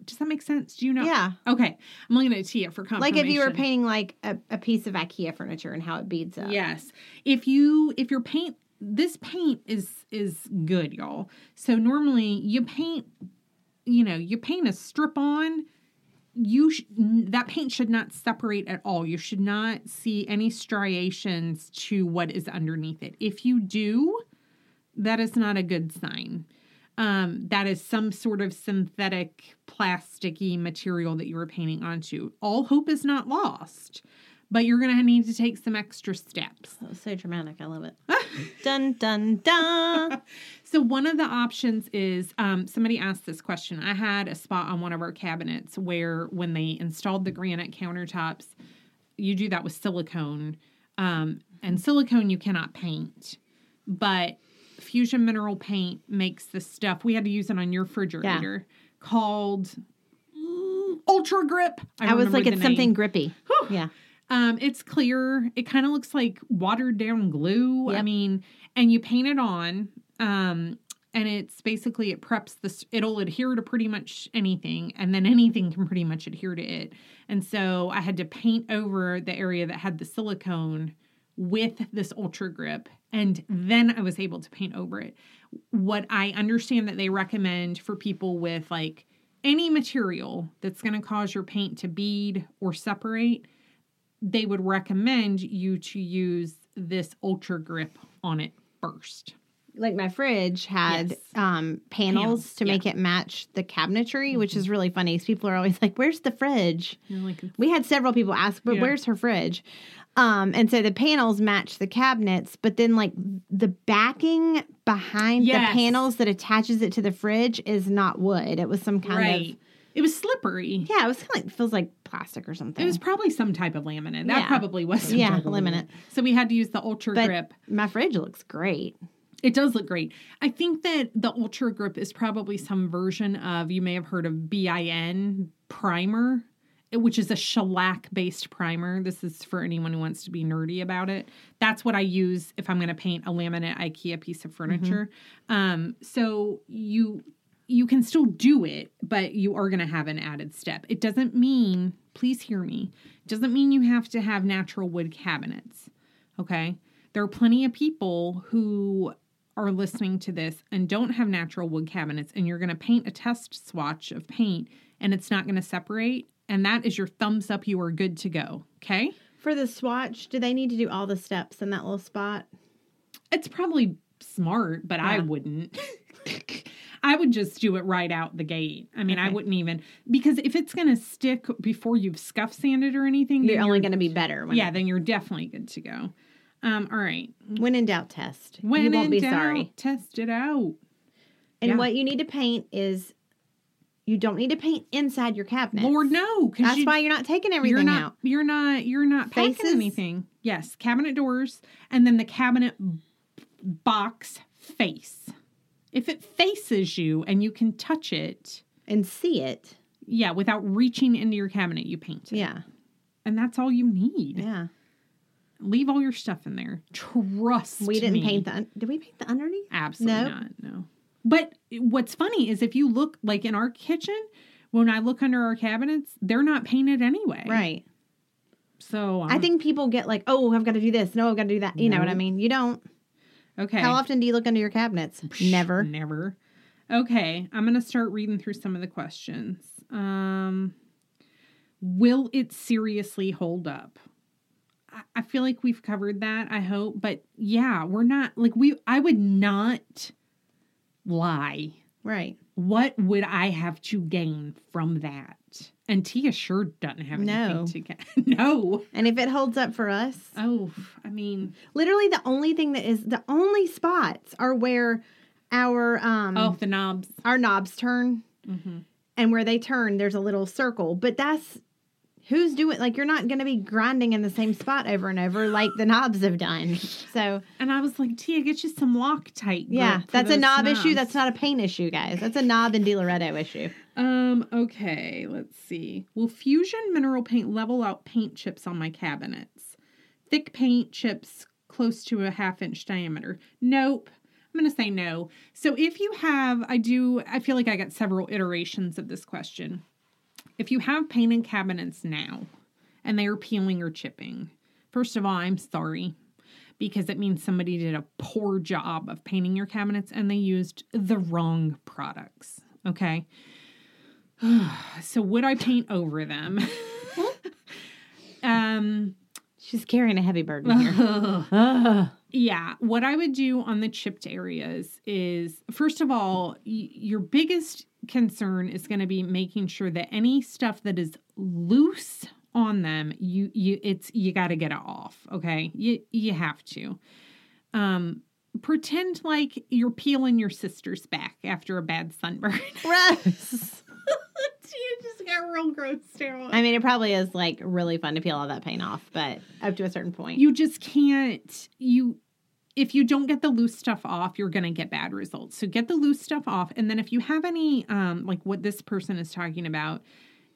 S3: does that make sense? Do you know?
S2: Yeah,
S3: Okay, I'm looking at Tia for confirmation.
S2: like if you were painting like a, a piece of IKEA furniture and how it beads up.
S3: Yes. If you if your paint this paint is is good, y'all. So normally you paint you know, you paint a strip on you sh- n- that paint should not separate at all. You should not see any striations to what is underneath it. If you do, that is not a good sign. Um, that is some sort of synthetic plasticky material that you were painting onto. All hope is not lost, but you're going to need to take some extra steps.
S2: that was so dramatic. I love it. dun dun dun.
S3: So one of the options is um, somebody asked this question. I had a spot on one of our cabinets where when they installed the granite countertops, you do that with silicone, um, and silicone you cannot paint, but fusion mineral paint makes this stuff. We had to use it on your refrigerator called mm, Ultra Grip.
S2: I, was
S3: remembered
S2: like,
S3: the
S2: it's
S3: name.
S2: something grippy. Yeah,
S3: Um, it's clear. It kind of looks like watered down glue. I
S2: Yep.
S3: mean, and you paint it on. Um, and it's basically it preps this it'll adhere to pretty much anything and then anything can pretty much adhere to it and so i had to paint over the area that had the silicone with this ultra grip and then i was able to paint over it what i understand that they recommend for people with like any material that's going to cause your paint to bead or separate they would recommend you to use this ultra grip on it first
S2: like my fridge had
S3: Yes.
S2: um, panels,
S3: Panels,
S2: to
S3: yeah. Mm-hmm.
S2: make it match the cabinetry, which is really funny. 'cause People are always like, "Where's the fridge?"
S3: You're like,
S2: We had several people ask, "But
S3: Yeah.
S2: where's her fridge?" Um, and so the panels match the cabinets, but then like the backing behind
S3: Yes.
S2: the panels that attaches it to the fridge is not wood. It was some kind
S3: right.
S2: of
S3: It was slippery.
S2: yeah. It was kind of like feels like plastic or something.
S3: It was probably some type of laminate. That
S2: Yeah.
S3: probably was some
S2: yeah,
S3: type of
S2: laminate.
S3: So we had to use the ultra
S2: But-
S3: grip.
S2: My fridge looks great.
S3: It does look great. I think that the ultra grip is probably some version of you may have heard of BIN primer, which is a shellac based primer. This is for anyone who wants to be nerdy about it. That's what I use if I'm going to paint a laminate IKEA piece of furniture. Um, so you you can still do it, but you are going to have an added step. It doesn't mean, please hear me, it doesn't mean you have to have natural wood cabinets. Okay. There are plenty of people who are listening to this and don't have natural wood cabinets, and you're going to paint a test swatch of paint and it's not going to separate. And that is your thumbs up. You are good to go. Okay.
S2: For the swatch, do they need to do all the steps in that little spot?
S3: It's probably smart, but I
S2: Yeah.
S3: wouldn't. I would just do it right out the gate. I mean, I
S2: Okay.
S3: wouldn't even because if it's going to stick before you've scuff sanded or anything,
S2: You're
S3: then
S2: only going to be better when
S3: yeah, then you're definitely good to go. Um, all right.
S2: When in doubt, test.
S3: When
S2: you won't
S3: in
S2: be
S3: doubt,
S2: sorry.
S3: test it out.
S2: And
S3: Yeah.
S2: what you need to paint is you don't need to paint inside your cabinet.
S3: Lord, no, because
S2: That's why you're not taking everything
S3: you're not
S2: out.
S3: you're not you're not packing
S2: Faces?
S3: anything. Yes, cabinet doors, and then the cabinet b- box face. If it faces you and you can touch it,
S2: And see it.
S3: yeah, without reaching into your cabinet, you paint it,
S2: Yeah.
S3: and that's all you need.
S2: Yeah.
S3: Leave all your stuff in there. Trust
S2: We didn't
S3: me.
S2: paint the un- did we paint the underneath?
S3: Absolutely
S2: Nope.
S3: not. No. But what's funny is if you look like in our kitchen, when I look under our cabinets, they're not painted anyway.
S2: Right.
S3: So
S2: I
S3: I'm-
S2: think people get like, oh, I've got to do this. No, I've got to do that. You know what I
S3: Nope.
S2: mean? You don't.
S3: okay.
S2: How often do you look under your cabinets?
S3: Psh,
S2: Never.
S3: Never. Okay, I'm going to start reading through some of the questions. Um, will it seriously hold up? I, I feel like we've covered that, I hope. But yeah, we're not like we, I would not lie.
S2: Right.
S3: What would I have to gain from that? And Tia sure doesn't have anything
S2: No.
S3: to gain. no.
S2: And if it holds up for us,
S3: Oh, I mean,
S2: literally the only thing that is the only spots are where our um
S3: oh, the knobs.
S2: our knobs turn Mm-hmm.
S3: Mhm.
S2: and where they turn there's a little circle but that's who's doing like you're not going to be grinding in the same spot over and over like the knobs have done so
S3: And I was like, Tia, get you some Loctite.
S2: yeah
S3: grip for
S2: that's a
S3: those
S2: knob issue
S3: knobs.
S2: that's not a paint issue guys that's a knob and di loretto issue
S3: Um, okay, let's see. Will Fusion Mineral Paint level out paint chips on my cabinets? Thick paint chips close to a half inch diameter. Nope. I'm going to say no. So if you have, I do, I feel like I got several iterations of this question. If you have painted cabinets now and they are peeling or chipping, first of all, I'm sorry because it means somebody did a poor job of painting your cabinets and they used the wrong products. Okay. so would I paint over them? um
S2: she's carrying a heavy burden here
S3: yeah, what I would do on the chipped areas is first of all, y- your biggest concern is going to be making sure that any stuff that is loose on them, you you it's you got to get it off, okay? You you have to. Um pretend like you're peeling your sister's back after a bad sunburn.
S2: gross
S3: you just got real gross sterile.
S2: i mean it probably is like really fun to peel all that paint off but up to a certain point
S3: you just can't you if you don't get the loose stuff off you're going to get bad results so get the loose stuff off and then if you have any um like what this person is talking about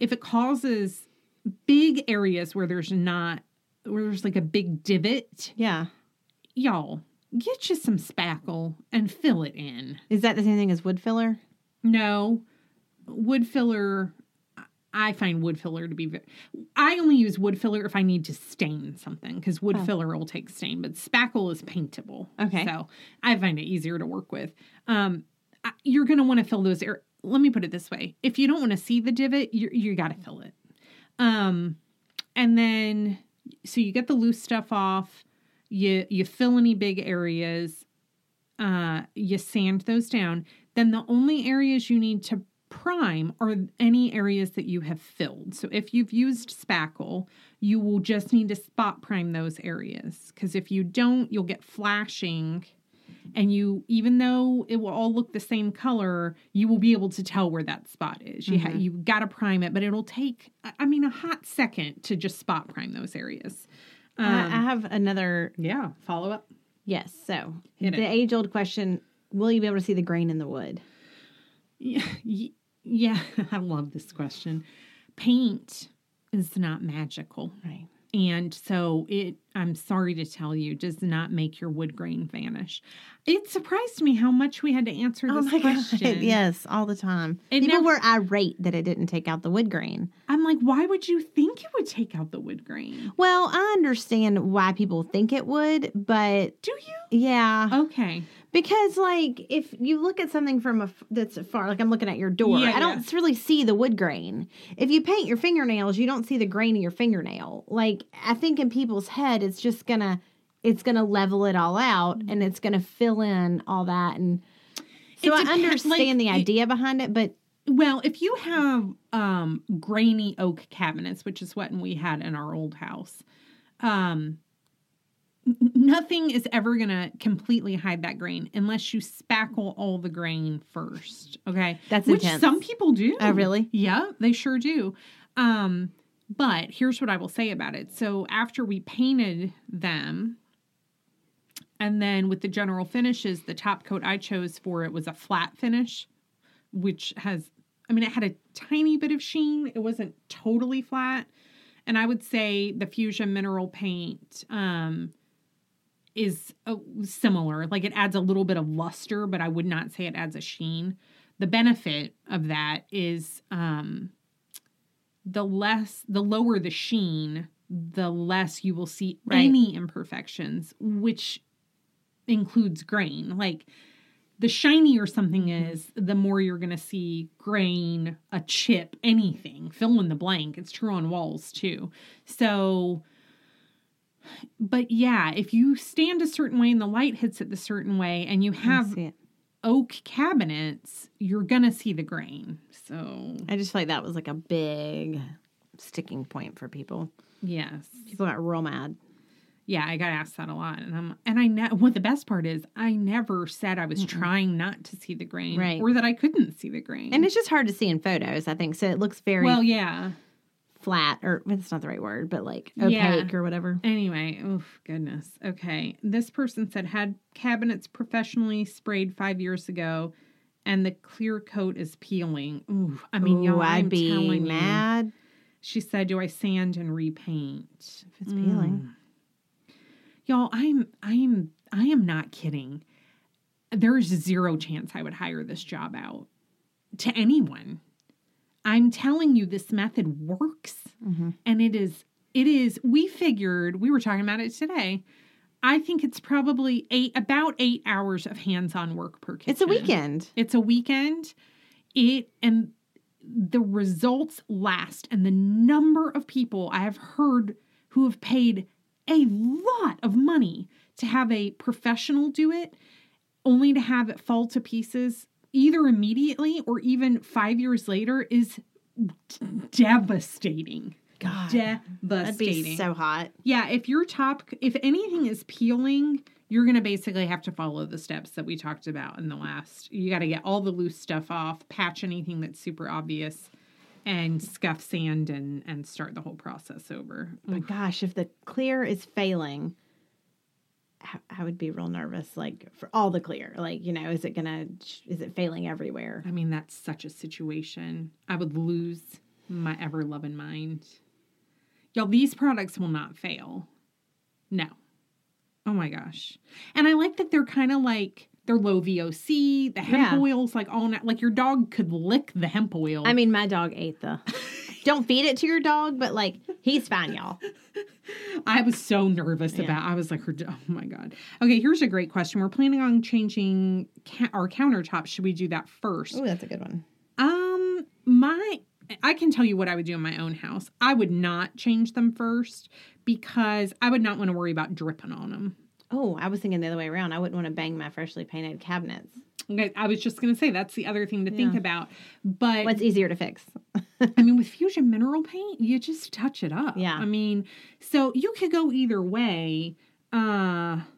S3: if it causes big areas where there's not where there's like a big divot
S2: yeah
S3: y'all get you some spackle and fill it in.
S2: Is that the same thing as wood filler?
S3: No, wood filler. I find wood filler to be. Very, I only use wood filler if I need to stain something because wood
S2: Oh.
S3: filler will take stain, but spackle is paintable.
S2: Okay.
S3: so I find it easier to work with. Um, I- you're gonna want to fill those. Air, let me put it this way: if you don't want to see the divot, you you got to fill it. Um, and then so you get the loose stuff off. You you fill any big areas. Uh, you sand those down. Then the only areas you need to prime are any areas that you have filled. So if you've used spackle, you will just need to spot prime those areas because if you don't, you'll get flashing and you even though it will all look the same color, you will be able to tell where that spot is. You ha-
S2: Mhm.
S3: you've got to prime it, but it'll take I- I mean a hot second to just spot prime those areas. Um,
S2: I, I have another
S3: yeah, follow up.
S2: yes. So
S3: Hit
S2: the
S3: it.
S2: age old question: Will you be able to see the grain in the wood?
S3: Yeah, y- yeah, I love this question. Paint is not magical.
S2: Right.
S3: And so it, I'm sorry to tell you, does not make your wood grain vanish. It surprised me how much we had to answer this question.
S2: Yes, all the time.
S3: Oh It
S2: People
S3: never-
S2: were irate that it didn't take out the wood grain.
S3: I'm like, why would you think it would take out the wood grain?
S2: Well, I understand why people think it would, but
S3: Do you?
S2: yeah,
S3: Okay.
S2: because like if you look at something from a f- that's far, like I'm looking at your door,
S3: Yeah,
S2: I don't really see the wood grain. If you paint your fingernails, you don't see the grain in your fingernail. Like I think in people's head, it's just gonna it's gonna level it all out and it's gonna fill in all that and. So
S3: It
S2: I
S3: depend- like,
S2: understand the
S3: it-
S2: idea behind it, but
S3: Well, if you have um grainy oak cabinets, which is what we had in our old house, um n- nothing is ever going to completely hide that grain unless you spackle all the grain first, okay?
S2: That's
S3: Which
S2: intense.
S3: some people do.
S2: Oh, really?
S3: Yeah, they sure do. Um but here's what I will say about it. So after we painted them, and then with the general finishes, the top coat I chose for it was a flat finish, which has, I mean, it had a tiny bit of sheen. It wasn't totally flat. And I would say the Fusion Mineral Paint um, is uh, similar. Like it adds a little bit of luster, but I would not say it adds a sheen. The benefit of that is um, the less, the lower the sheen, the less you will see
S2: Right.
S3: any imperfections, which includes grain. Like the shinier something is, the more you're going to see grain, a chip, anything. Fill in the blank. It's true on walls too. So, but yeah, if you stand a certain way and the light hits it the certain way and you have
S2: see it.
S3: oak cabinets, you're going to see the grain. So,
S2: I just feel like that was like a big sticking point for people.
S3: yes.
S2: People got real mad.
S3: Yeah, I got asked that a lot. And I'm, and I know what the best part is, I never said I was trying not to see the grain
S2: Right.
S3: or that I couldn't see the grain.
S2: And it's just hard to see in photos, I think. So it looks very
S3: well, yeah.
S2: flat, or it's not the right word, but like opaque
S3: Yeah.
S2: or whatever.
S3: Anyway, oh goodness. Okay. This person said had cabinets professionally sprayed five years ago and the clear coat is peeling. Ooh, I mean,
S2: Ooh,
S3: y'all,
S2: I'd
S3: I'm
S2: be
S3: telling you.
S2: mad
S3: She said, Do I sand and repaint? Mm.
S2: if it's peeling.
S3: Y'all, I'm I'm I am not kidding. There's zero chance I would hire this job out to anyone. I'm telling you this method works
S4: Mm-hmm.
S2: Mhm.
S3: and it is it is we figured we were talking about it today. I think it's probably eight about 8 hours of hands-on work per kitchen.
S2: It's a weekend.
S3: It's a weekend. It and the results last, and the number of people I have heard who have paid a lot of money to have a professional do it, only to have it fall to pieces either immediately or even five years later is devastating.
S2: God, that'd
S3: Devastating.
S2: be so hot.
S3: Yeah, if your top, if anything is peeling, you're going to basically have to follow the steps that we talked about in the last. You got to get all the loose stuff off, patch anything that's super obvious, and scuff sand and and start the whole process over.
S2: Oh my gosh, if the clear is failing, I- I would be real nervous. Like for all the clear, like you know, is it gonna? Is it failing everywhere?
S3: I mean, that's such a situation. I would lose my ever loving mind. Y'all, these products will not fail. No. Oh my gosh. And I like that they're kind of like they're low VOC, the hemp
S2: Yeah.
S3: oil's like all night. Like your dog could lick the hemp oil.
S2: I mean, my dog ate the. Don't feed it to your dog, but like he's fine, y'all.
S3: I was so nervous
S2: Yeah.
S3: about. I was like, her- oh my god. Okay, here's a great question. We're planning on changing ca- our countertops. Should we do that first?
S4: Oh, that's a good one.
S3: Um, my I can tell you what I would do in my own house. I would not change them first because I would not want to worry about dripping on them.
S2: Oh, I was thinking the other way around. I wouldn't want to bang my freshly painted cabinets.
S3: Okay, I was just gonna say that's the other thing to think
S2: Yeah.
S3: about. But
S2: What's easier to fix?
S3: I mean, with fusion mineral paint, you just touch it up.
S2: Yeah.
S3: I mean, so you could go either way. Uh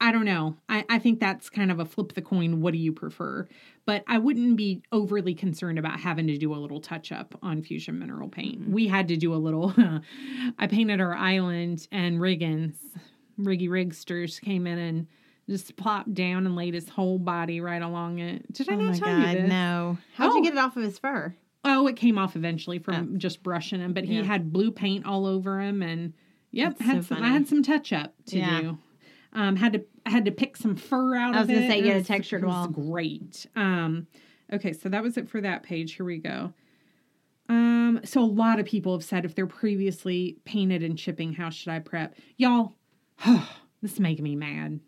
S3: I don't know. I, I think that's kind of a flip the coin. What do you prefer? But I wouldn't be overly concerned about having to do a little touch up on fusion mineral paint.
S4: Mm-hmm.
S3: We had to do a little. I painted our island, and Riggins, Riggy Rigsters, came in and just plopped down and laid his whole body right along it. Did I
S4: Oh
S3: not
S4: my
S3: tell
S4: God,
S3: you this?
S2: No. How'd
S3: Oh.
S2: you get it off of his fur?
S3: Oh, it came off eventually from just brushing him, but he
S2: Yeah.
S3: had blue paint all over him, and yep,
S2: That's
S3: had
S2: so
S3: some. I
S2: funny.
S3: had some touch up to
S2: Yeah.
S3: do. Um, had to had to pick some fur out.
S2: I
S3: of
S2: was gonna
S3: it.
S2: say,
S3: It
S2: get a
S3: was-
S2: textured
S3: it was
S2: wall.
S3: Great. Um, okay, so that was it for that page. Here we go. Um, so a lot of people have said if they're previously painted and chipping, how should I prep? Y'all, this is making me mad.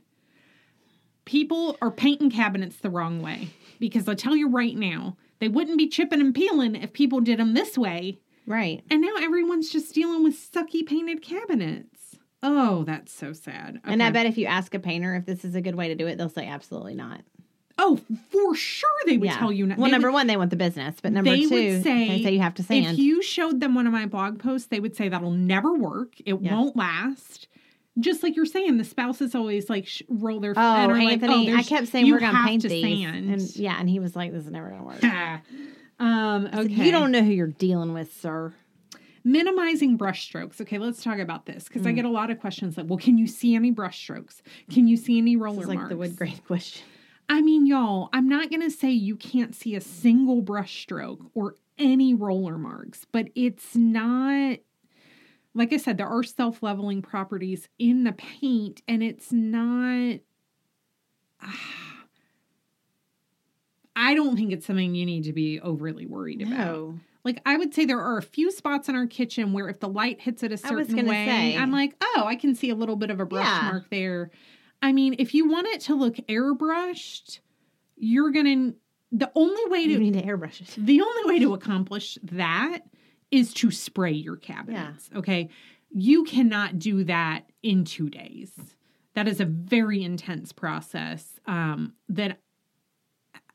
S3: People are painting cabinets the wrong way because I tell you right now, they wouldn't be chipping and peeling if people did them this way.
S2: Right.
S3: And now everyone's just dealing with sucky painted cabinets. Oh, that's so sad.
S2: And I
S3: Okay.
S2: bet if you ask a painter if this is a good way to do it, they'll say absolutely not.
S3: oh, for sure they would tell you. Not.
S2: Well,
S3: they
S2: number
S3: would-
S2: one, they want the business, but number
S3: they
S2: two,
S3: would say,
S2: they say you have to sand.
S3: If you showed them one of my blog posts, they would say that'll never work. It
S2: Yeah.
S3: won't last. Just like you're saying, the spouses always like sh- roll their
S2: oh,
S3: and are like, oh,
S2: Anthony, I
S3: there's-
S2: kept saying
S3: you
S2: we're gonna
S3: have
S2: paint
S3: to
S2: these,
S3: sand.
S2: and yeah, and he was like, "This is never gonna work."
S3: Ah. um,
S2: I said,
S3: okay.
S2: You don't know who you're dealing with, sir.
S3: minimizing brush strokes. Okay, let's talk about this because
S2: Mm.
S3: I get a lot of questions like, well, can you see any brush strokes? Can you see any roller
S2: This is like
S3: marks?
S2: the wood grain question.
S3: I mean, y'all, I'm not going to say you can't see a single brush stroke or any roller marks, but it's not, like I said, there are self leveling properties in the paint, and it's not. Ah. I don't think it's something you need to be overly worried about. Like I would say there are a few spots in our kitchen where if the light hits it a
S2: I was
S3: certain
S2: gonna
S3: way,
S2: say.
S3: I'm like, oh, I can see a little bit of a brush
S2: Yeah.
S3: mark there. I mean, if you want it to look airbrushed, you're gonna the only way
S2: you
S3: to
S2: need to airbrush it.
S3: the only way to accomplish that is to spray your cabinets. Okay. You cannot do that in two days. That is a very intense process. Um, that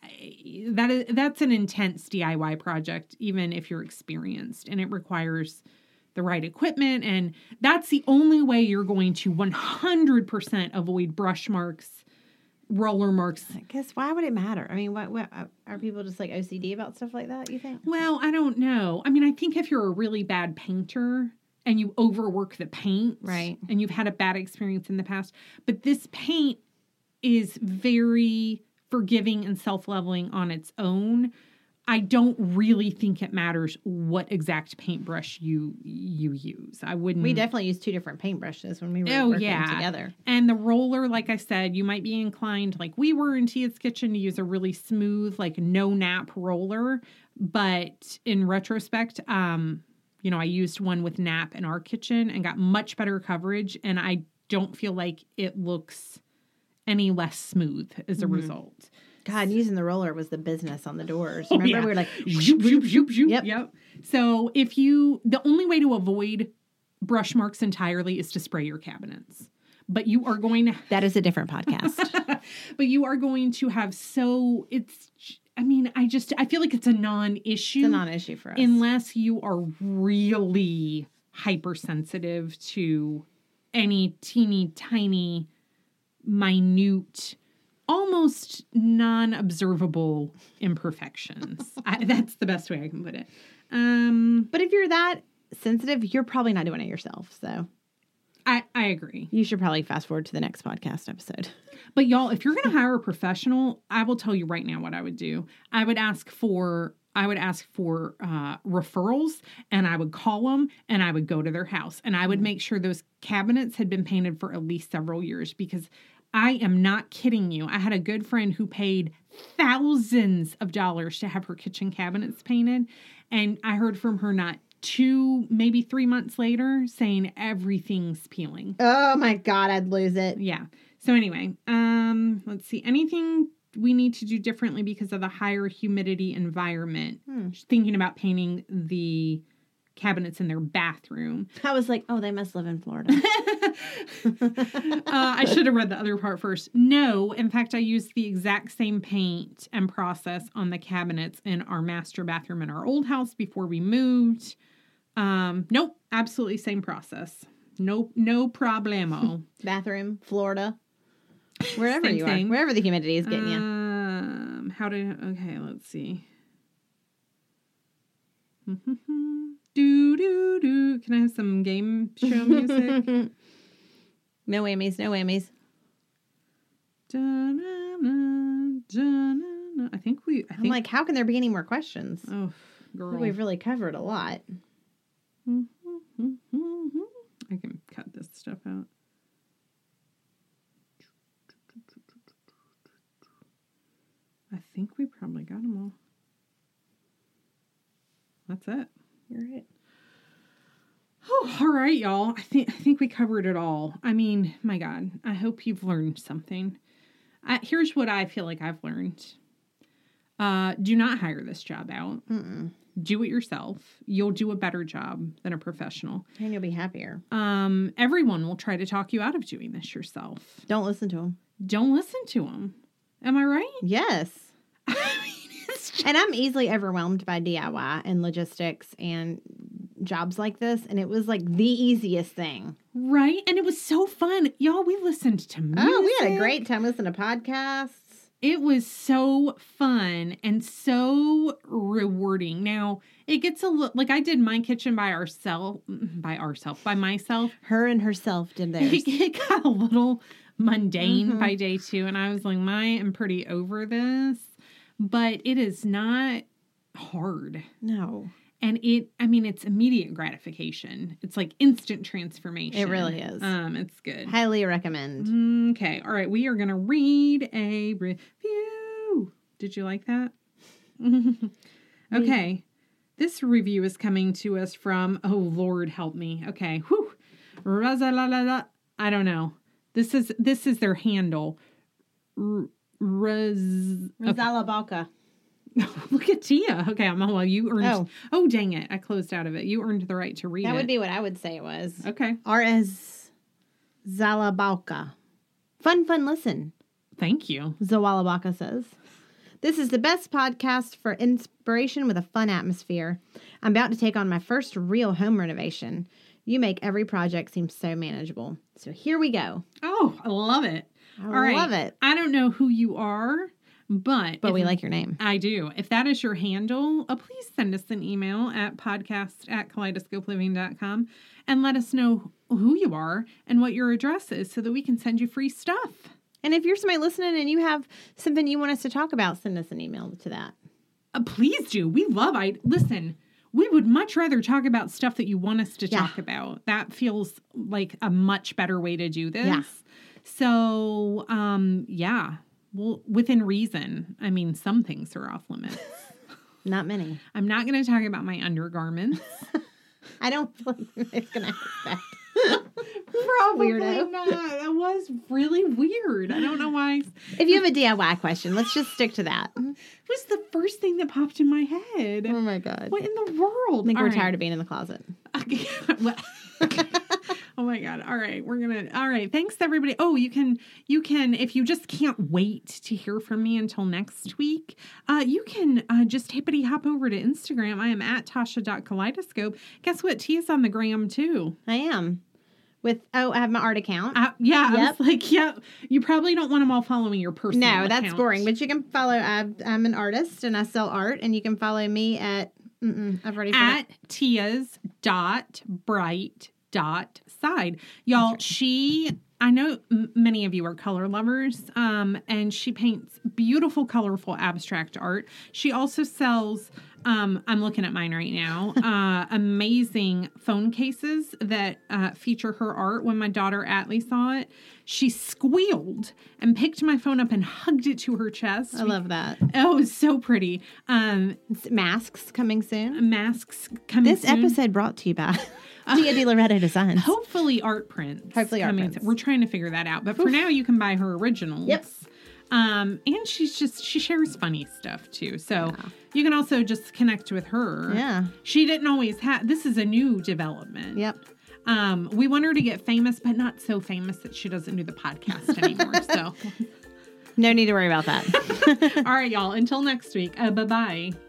S3: I- that is that's an intense DIY project, even if you're experienced, and it requires the right equipment. And that's the only way you're going to 100% avoid brush marks, roller marks,
S2: I guess why would it matter? I mean, what, what uh, are people just like OCD about stuff like that? You think?
S3: Well, I don't know. I mean, I think if you're a really bad painter and you overwork the paint,
S2: Right.
S3: and you've had a bad experience in the past, but this paint is very forgiving and self leveling on its own. I don't really think it matters what exact paintbrush you you use. I wouldn't.
S2: We definitely used two different paintbrushes when we were
S3: Oh,
S2: working
S3: yeah.
S2: together.
S3: And the roller, like I said, you might be inclined, like we were in Tia's kitchen, to use a really smooth, like no nap roller. But in retrospect, um, you know, I used one with nap in our kitchen and got much better coverage. And I don't feel like it looks any less smooth as a
S2: Mhm.
S3: result.
S2: God, using the roller was the business on the doors.
S3: Oh,
S2: Remember,
S3: yeah.
S2: we were like,
S3: Zoop, zoop, zoop, zoop.
S2: Yep.
S3: Yep. So if you, the only way to avoid brush marks entirely is to spray your cabinets. But you are going to
S2: that is a different podcast.
S3: but you are going to have so it's i mean i just i feel like it's a non-issue
S2: it's a non-issue for us.
S3: unless you are really hypersensitive to any teeny tiny minute almost non-observable imperfections I, that's the best way i can put it um
S2: but if you're that sensitive, you're probably not doing it yourself. So
S3: i i agree
S2: you should probably fast forward to the next podcast episode.
S3: But y'all, if you're going to hire a professional, I will tell you right now what I would do. I would ask for I would ask for uh, referrals and I would call them and I would go to their house and I would make sure those cabinets had been painted for at least several years because I am not kidding you. I had a good friend who paid thousands of dollars to have her kitchen cabinets painted. And I heard from her not two, maybe three months later saying everything's peeling.
S2: Oh my god, I'd lose it.
S3: Yeah. So anyway, um, let's see. Anything we need to do differently because of the higher humidity environment.
S2: Hmm.
S3: Just Thinking about painting the cabinets in their bathroom.
S2: I was like, oh, they must live in Florida.
S3: uh, I should have read the other part first. No, in fact, I used the exact same paint and process on the cabinets in our master bathroom in our old house before we moved. Um, nope, absolutely same process. Nope, no problemo.
S2: Bathroom, Florida, wherever
S3: Same
S2: you
S3: thing.
S2: are, wherever the humidity is getting you.
S3: Um, how to? Okay, let's see. do do do. Can I have some game show music?
S2: no whammies, no whammies.
S3: Da-na-na, da-na-na. I think we. I
S2: I'm
S3: think.
S2: like, how can there be any more questions?
S3: oh, girl.
S2: We've really covered a lot.
S3: I can cut this stuff out. I think we probably got them all. That's it.
S2: You're right.
S3: Oh, all right, y'all. I think I think we covered it all. I mean, my God, I hope you've learned something. I, here's what I feel like I've learned: uh, do not hire this job out.
S2: Mm-mm.
S3: Do it yourself. You'll do a better job than a professional.
S2: And you'll be happier.
S3: Um, everyone will try to talk you out of doing this yourself.
S2: Don't listen to them.
S3: Don't listen to them. Am I right?
S2: Yes.
S3: I mean, it's just,
S2: And I'm easily overwhelmed by DIY and logistics and jobs like this. And it was like the easiest thing.
S3: right, and it was so fun, y'all. We listened to music.
S2: Oh, we had a great time listening to podcasts.
S3: it was so fun and so rewarding. Now it gets a little like I did my kitchen by ourself, mm, by ourself, by myself.
S2: Her and herself did theirs.
S3: It, it got a little mundane
S2: Mhm.
S3: by day two, and I was like, "My, I'm pretty over this," but it is not hard.
S2: no,
S3: And it, I mean, it's immediate gratification. It's like instant transformation.
S2: really is.
S3: Um, it's good.
S2: highly recommend.
S3: Okay. All right. We are going to read a review. Did you like that? okay. This review is coming to us from, oh, Lord, help me. Okay. Whew. Razalalala. I don't know. This is this is their handle. R- Raz-
S2: Rosala Balka.
S3: Look at Tia. Okay, I'm well. You earned. Oh.
S2: Oh.
S3: dang it! I closed out of it. You earned the right to read
S2: That
S3: it.
S2: would be what I would say it was.
S3: okay.
S2: R.S. Zalabalka. Fun, fun listen,
S3: Thank you.
S2: Zawalabaka says. This is the best podcast for inspiration with a fun atmosphere. I'm about to take on my first real home renovation. You make every project seem so manageable. So here we go.
S3: Oh, I love it.
S2: I
S3: All right.
S2: love it.
S3: I don't know who you are, but
S2: But we
S3: if-
S2: like your name.
S3: I do. If that is your handle, uh, please send us an email at podcast at kaleidoscopeliving.com and let us know who you are and what your address is so that we can send you free stuff.
S2: And if you're somebody listening and you have something you want us to talk about, send us an email to that.
S3: Uh, please do. We love I listen. We would much rather talk about stuff that you want us to
S2: Yeah.
S3: talk about. That feels like a much better way to do this.
S2: Yeah.
S3: So, um, yeah. Well, within reason. I mean, some things are off limits.
S2: Not many.
S3: I'm not going to talk about my undergarments.
S2: I don't feel like it's going to expect.
S3: Probably
S2: Weirdo.
S3: not. That was really weird. I don't know why. It
S2: If you have a DIY question, let's just stick to that.
S3: was the first thing that popped in Oh my head.
S2: my God.
S3: What in the
S2: Mm. I
S3: world?
S2: think
S3: All
S2: we're
S3: right.
S2: tired of being in the closet.
S3: Okay. Well- oh my god all right we're gonna all right thanks everybody oh you can you can if you just can't wait to hear from me until next week uh, you can uh, just hippity hop over to instagram i am at tasha.kaleidoscope guess what tia's on the gram too
S2: I am. With oh, I have my art account.
S3: uh, yeah
S2: Yep.
S3: i was like yeah you probably don't want them all following your personal
S2: no, that's
S3: account.
S2: boring. But you can follow. i I'm an artist and I sell art, and you can follow me at. Mm-mm, I've already forgot.
S3: at tia's dot bright dot side y'all she i know m- many of you are color lovers um, and she paints beautiful colorful abstract art she also sells um, I'm looking at mine right now. Uh, amazing phone cases that uh, feature her art. When my daughter Atlee saw it, she squealed and picked my phone up and hugged it to her chest.
S2: I love that.
S3: Oh, it's so pretty. Um,
S2: It's masks coming soon.
S3: masks coming.
S2: This
S3: soon.
S2: episode brought to you by Dia Di Loretto Designs.
S3: Hopefully, art prints.
S2: Hopefully art
S3: coming
S2: prints.
S3: th- We're trying to figure that out, but for now, you can buy her originals.
S2: Yep.
S3: Um, and she's just she shares funny stuff too, so you can also just connect with her.
S2: Yeah.
S3: She didn't always have. This is a new development.
S2: Yep.
S3: Um, we want her to get famous, but not so famous that she doesn't do the podcast anymore. so,
S2: No need to worry about that.
S3: all right, y'all. Until next week. Uh, bye bye.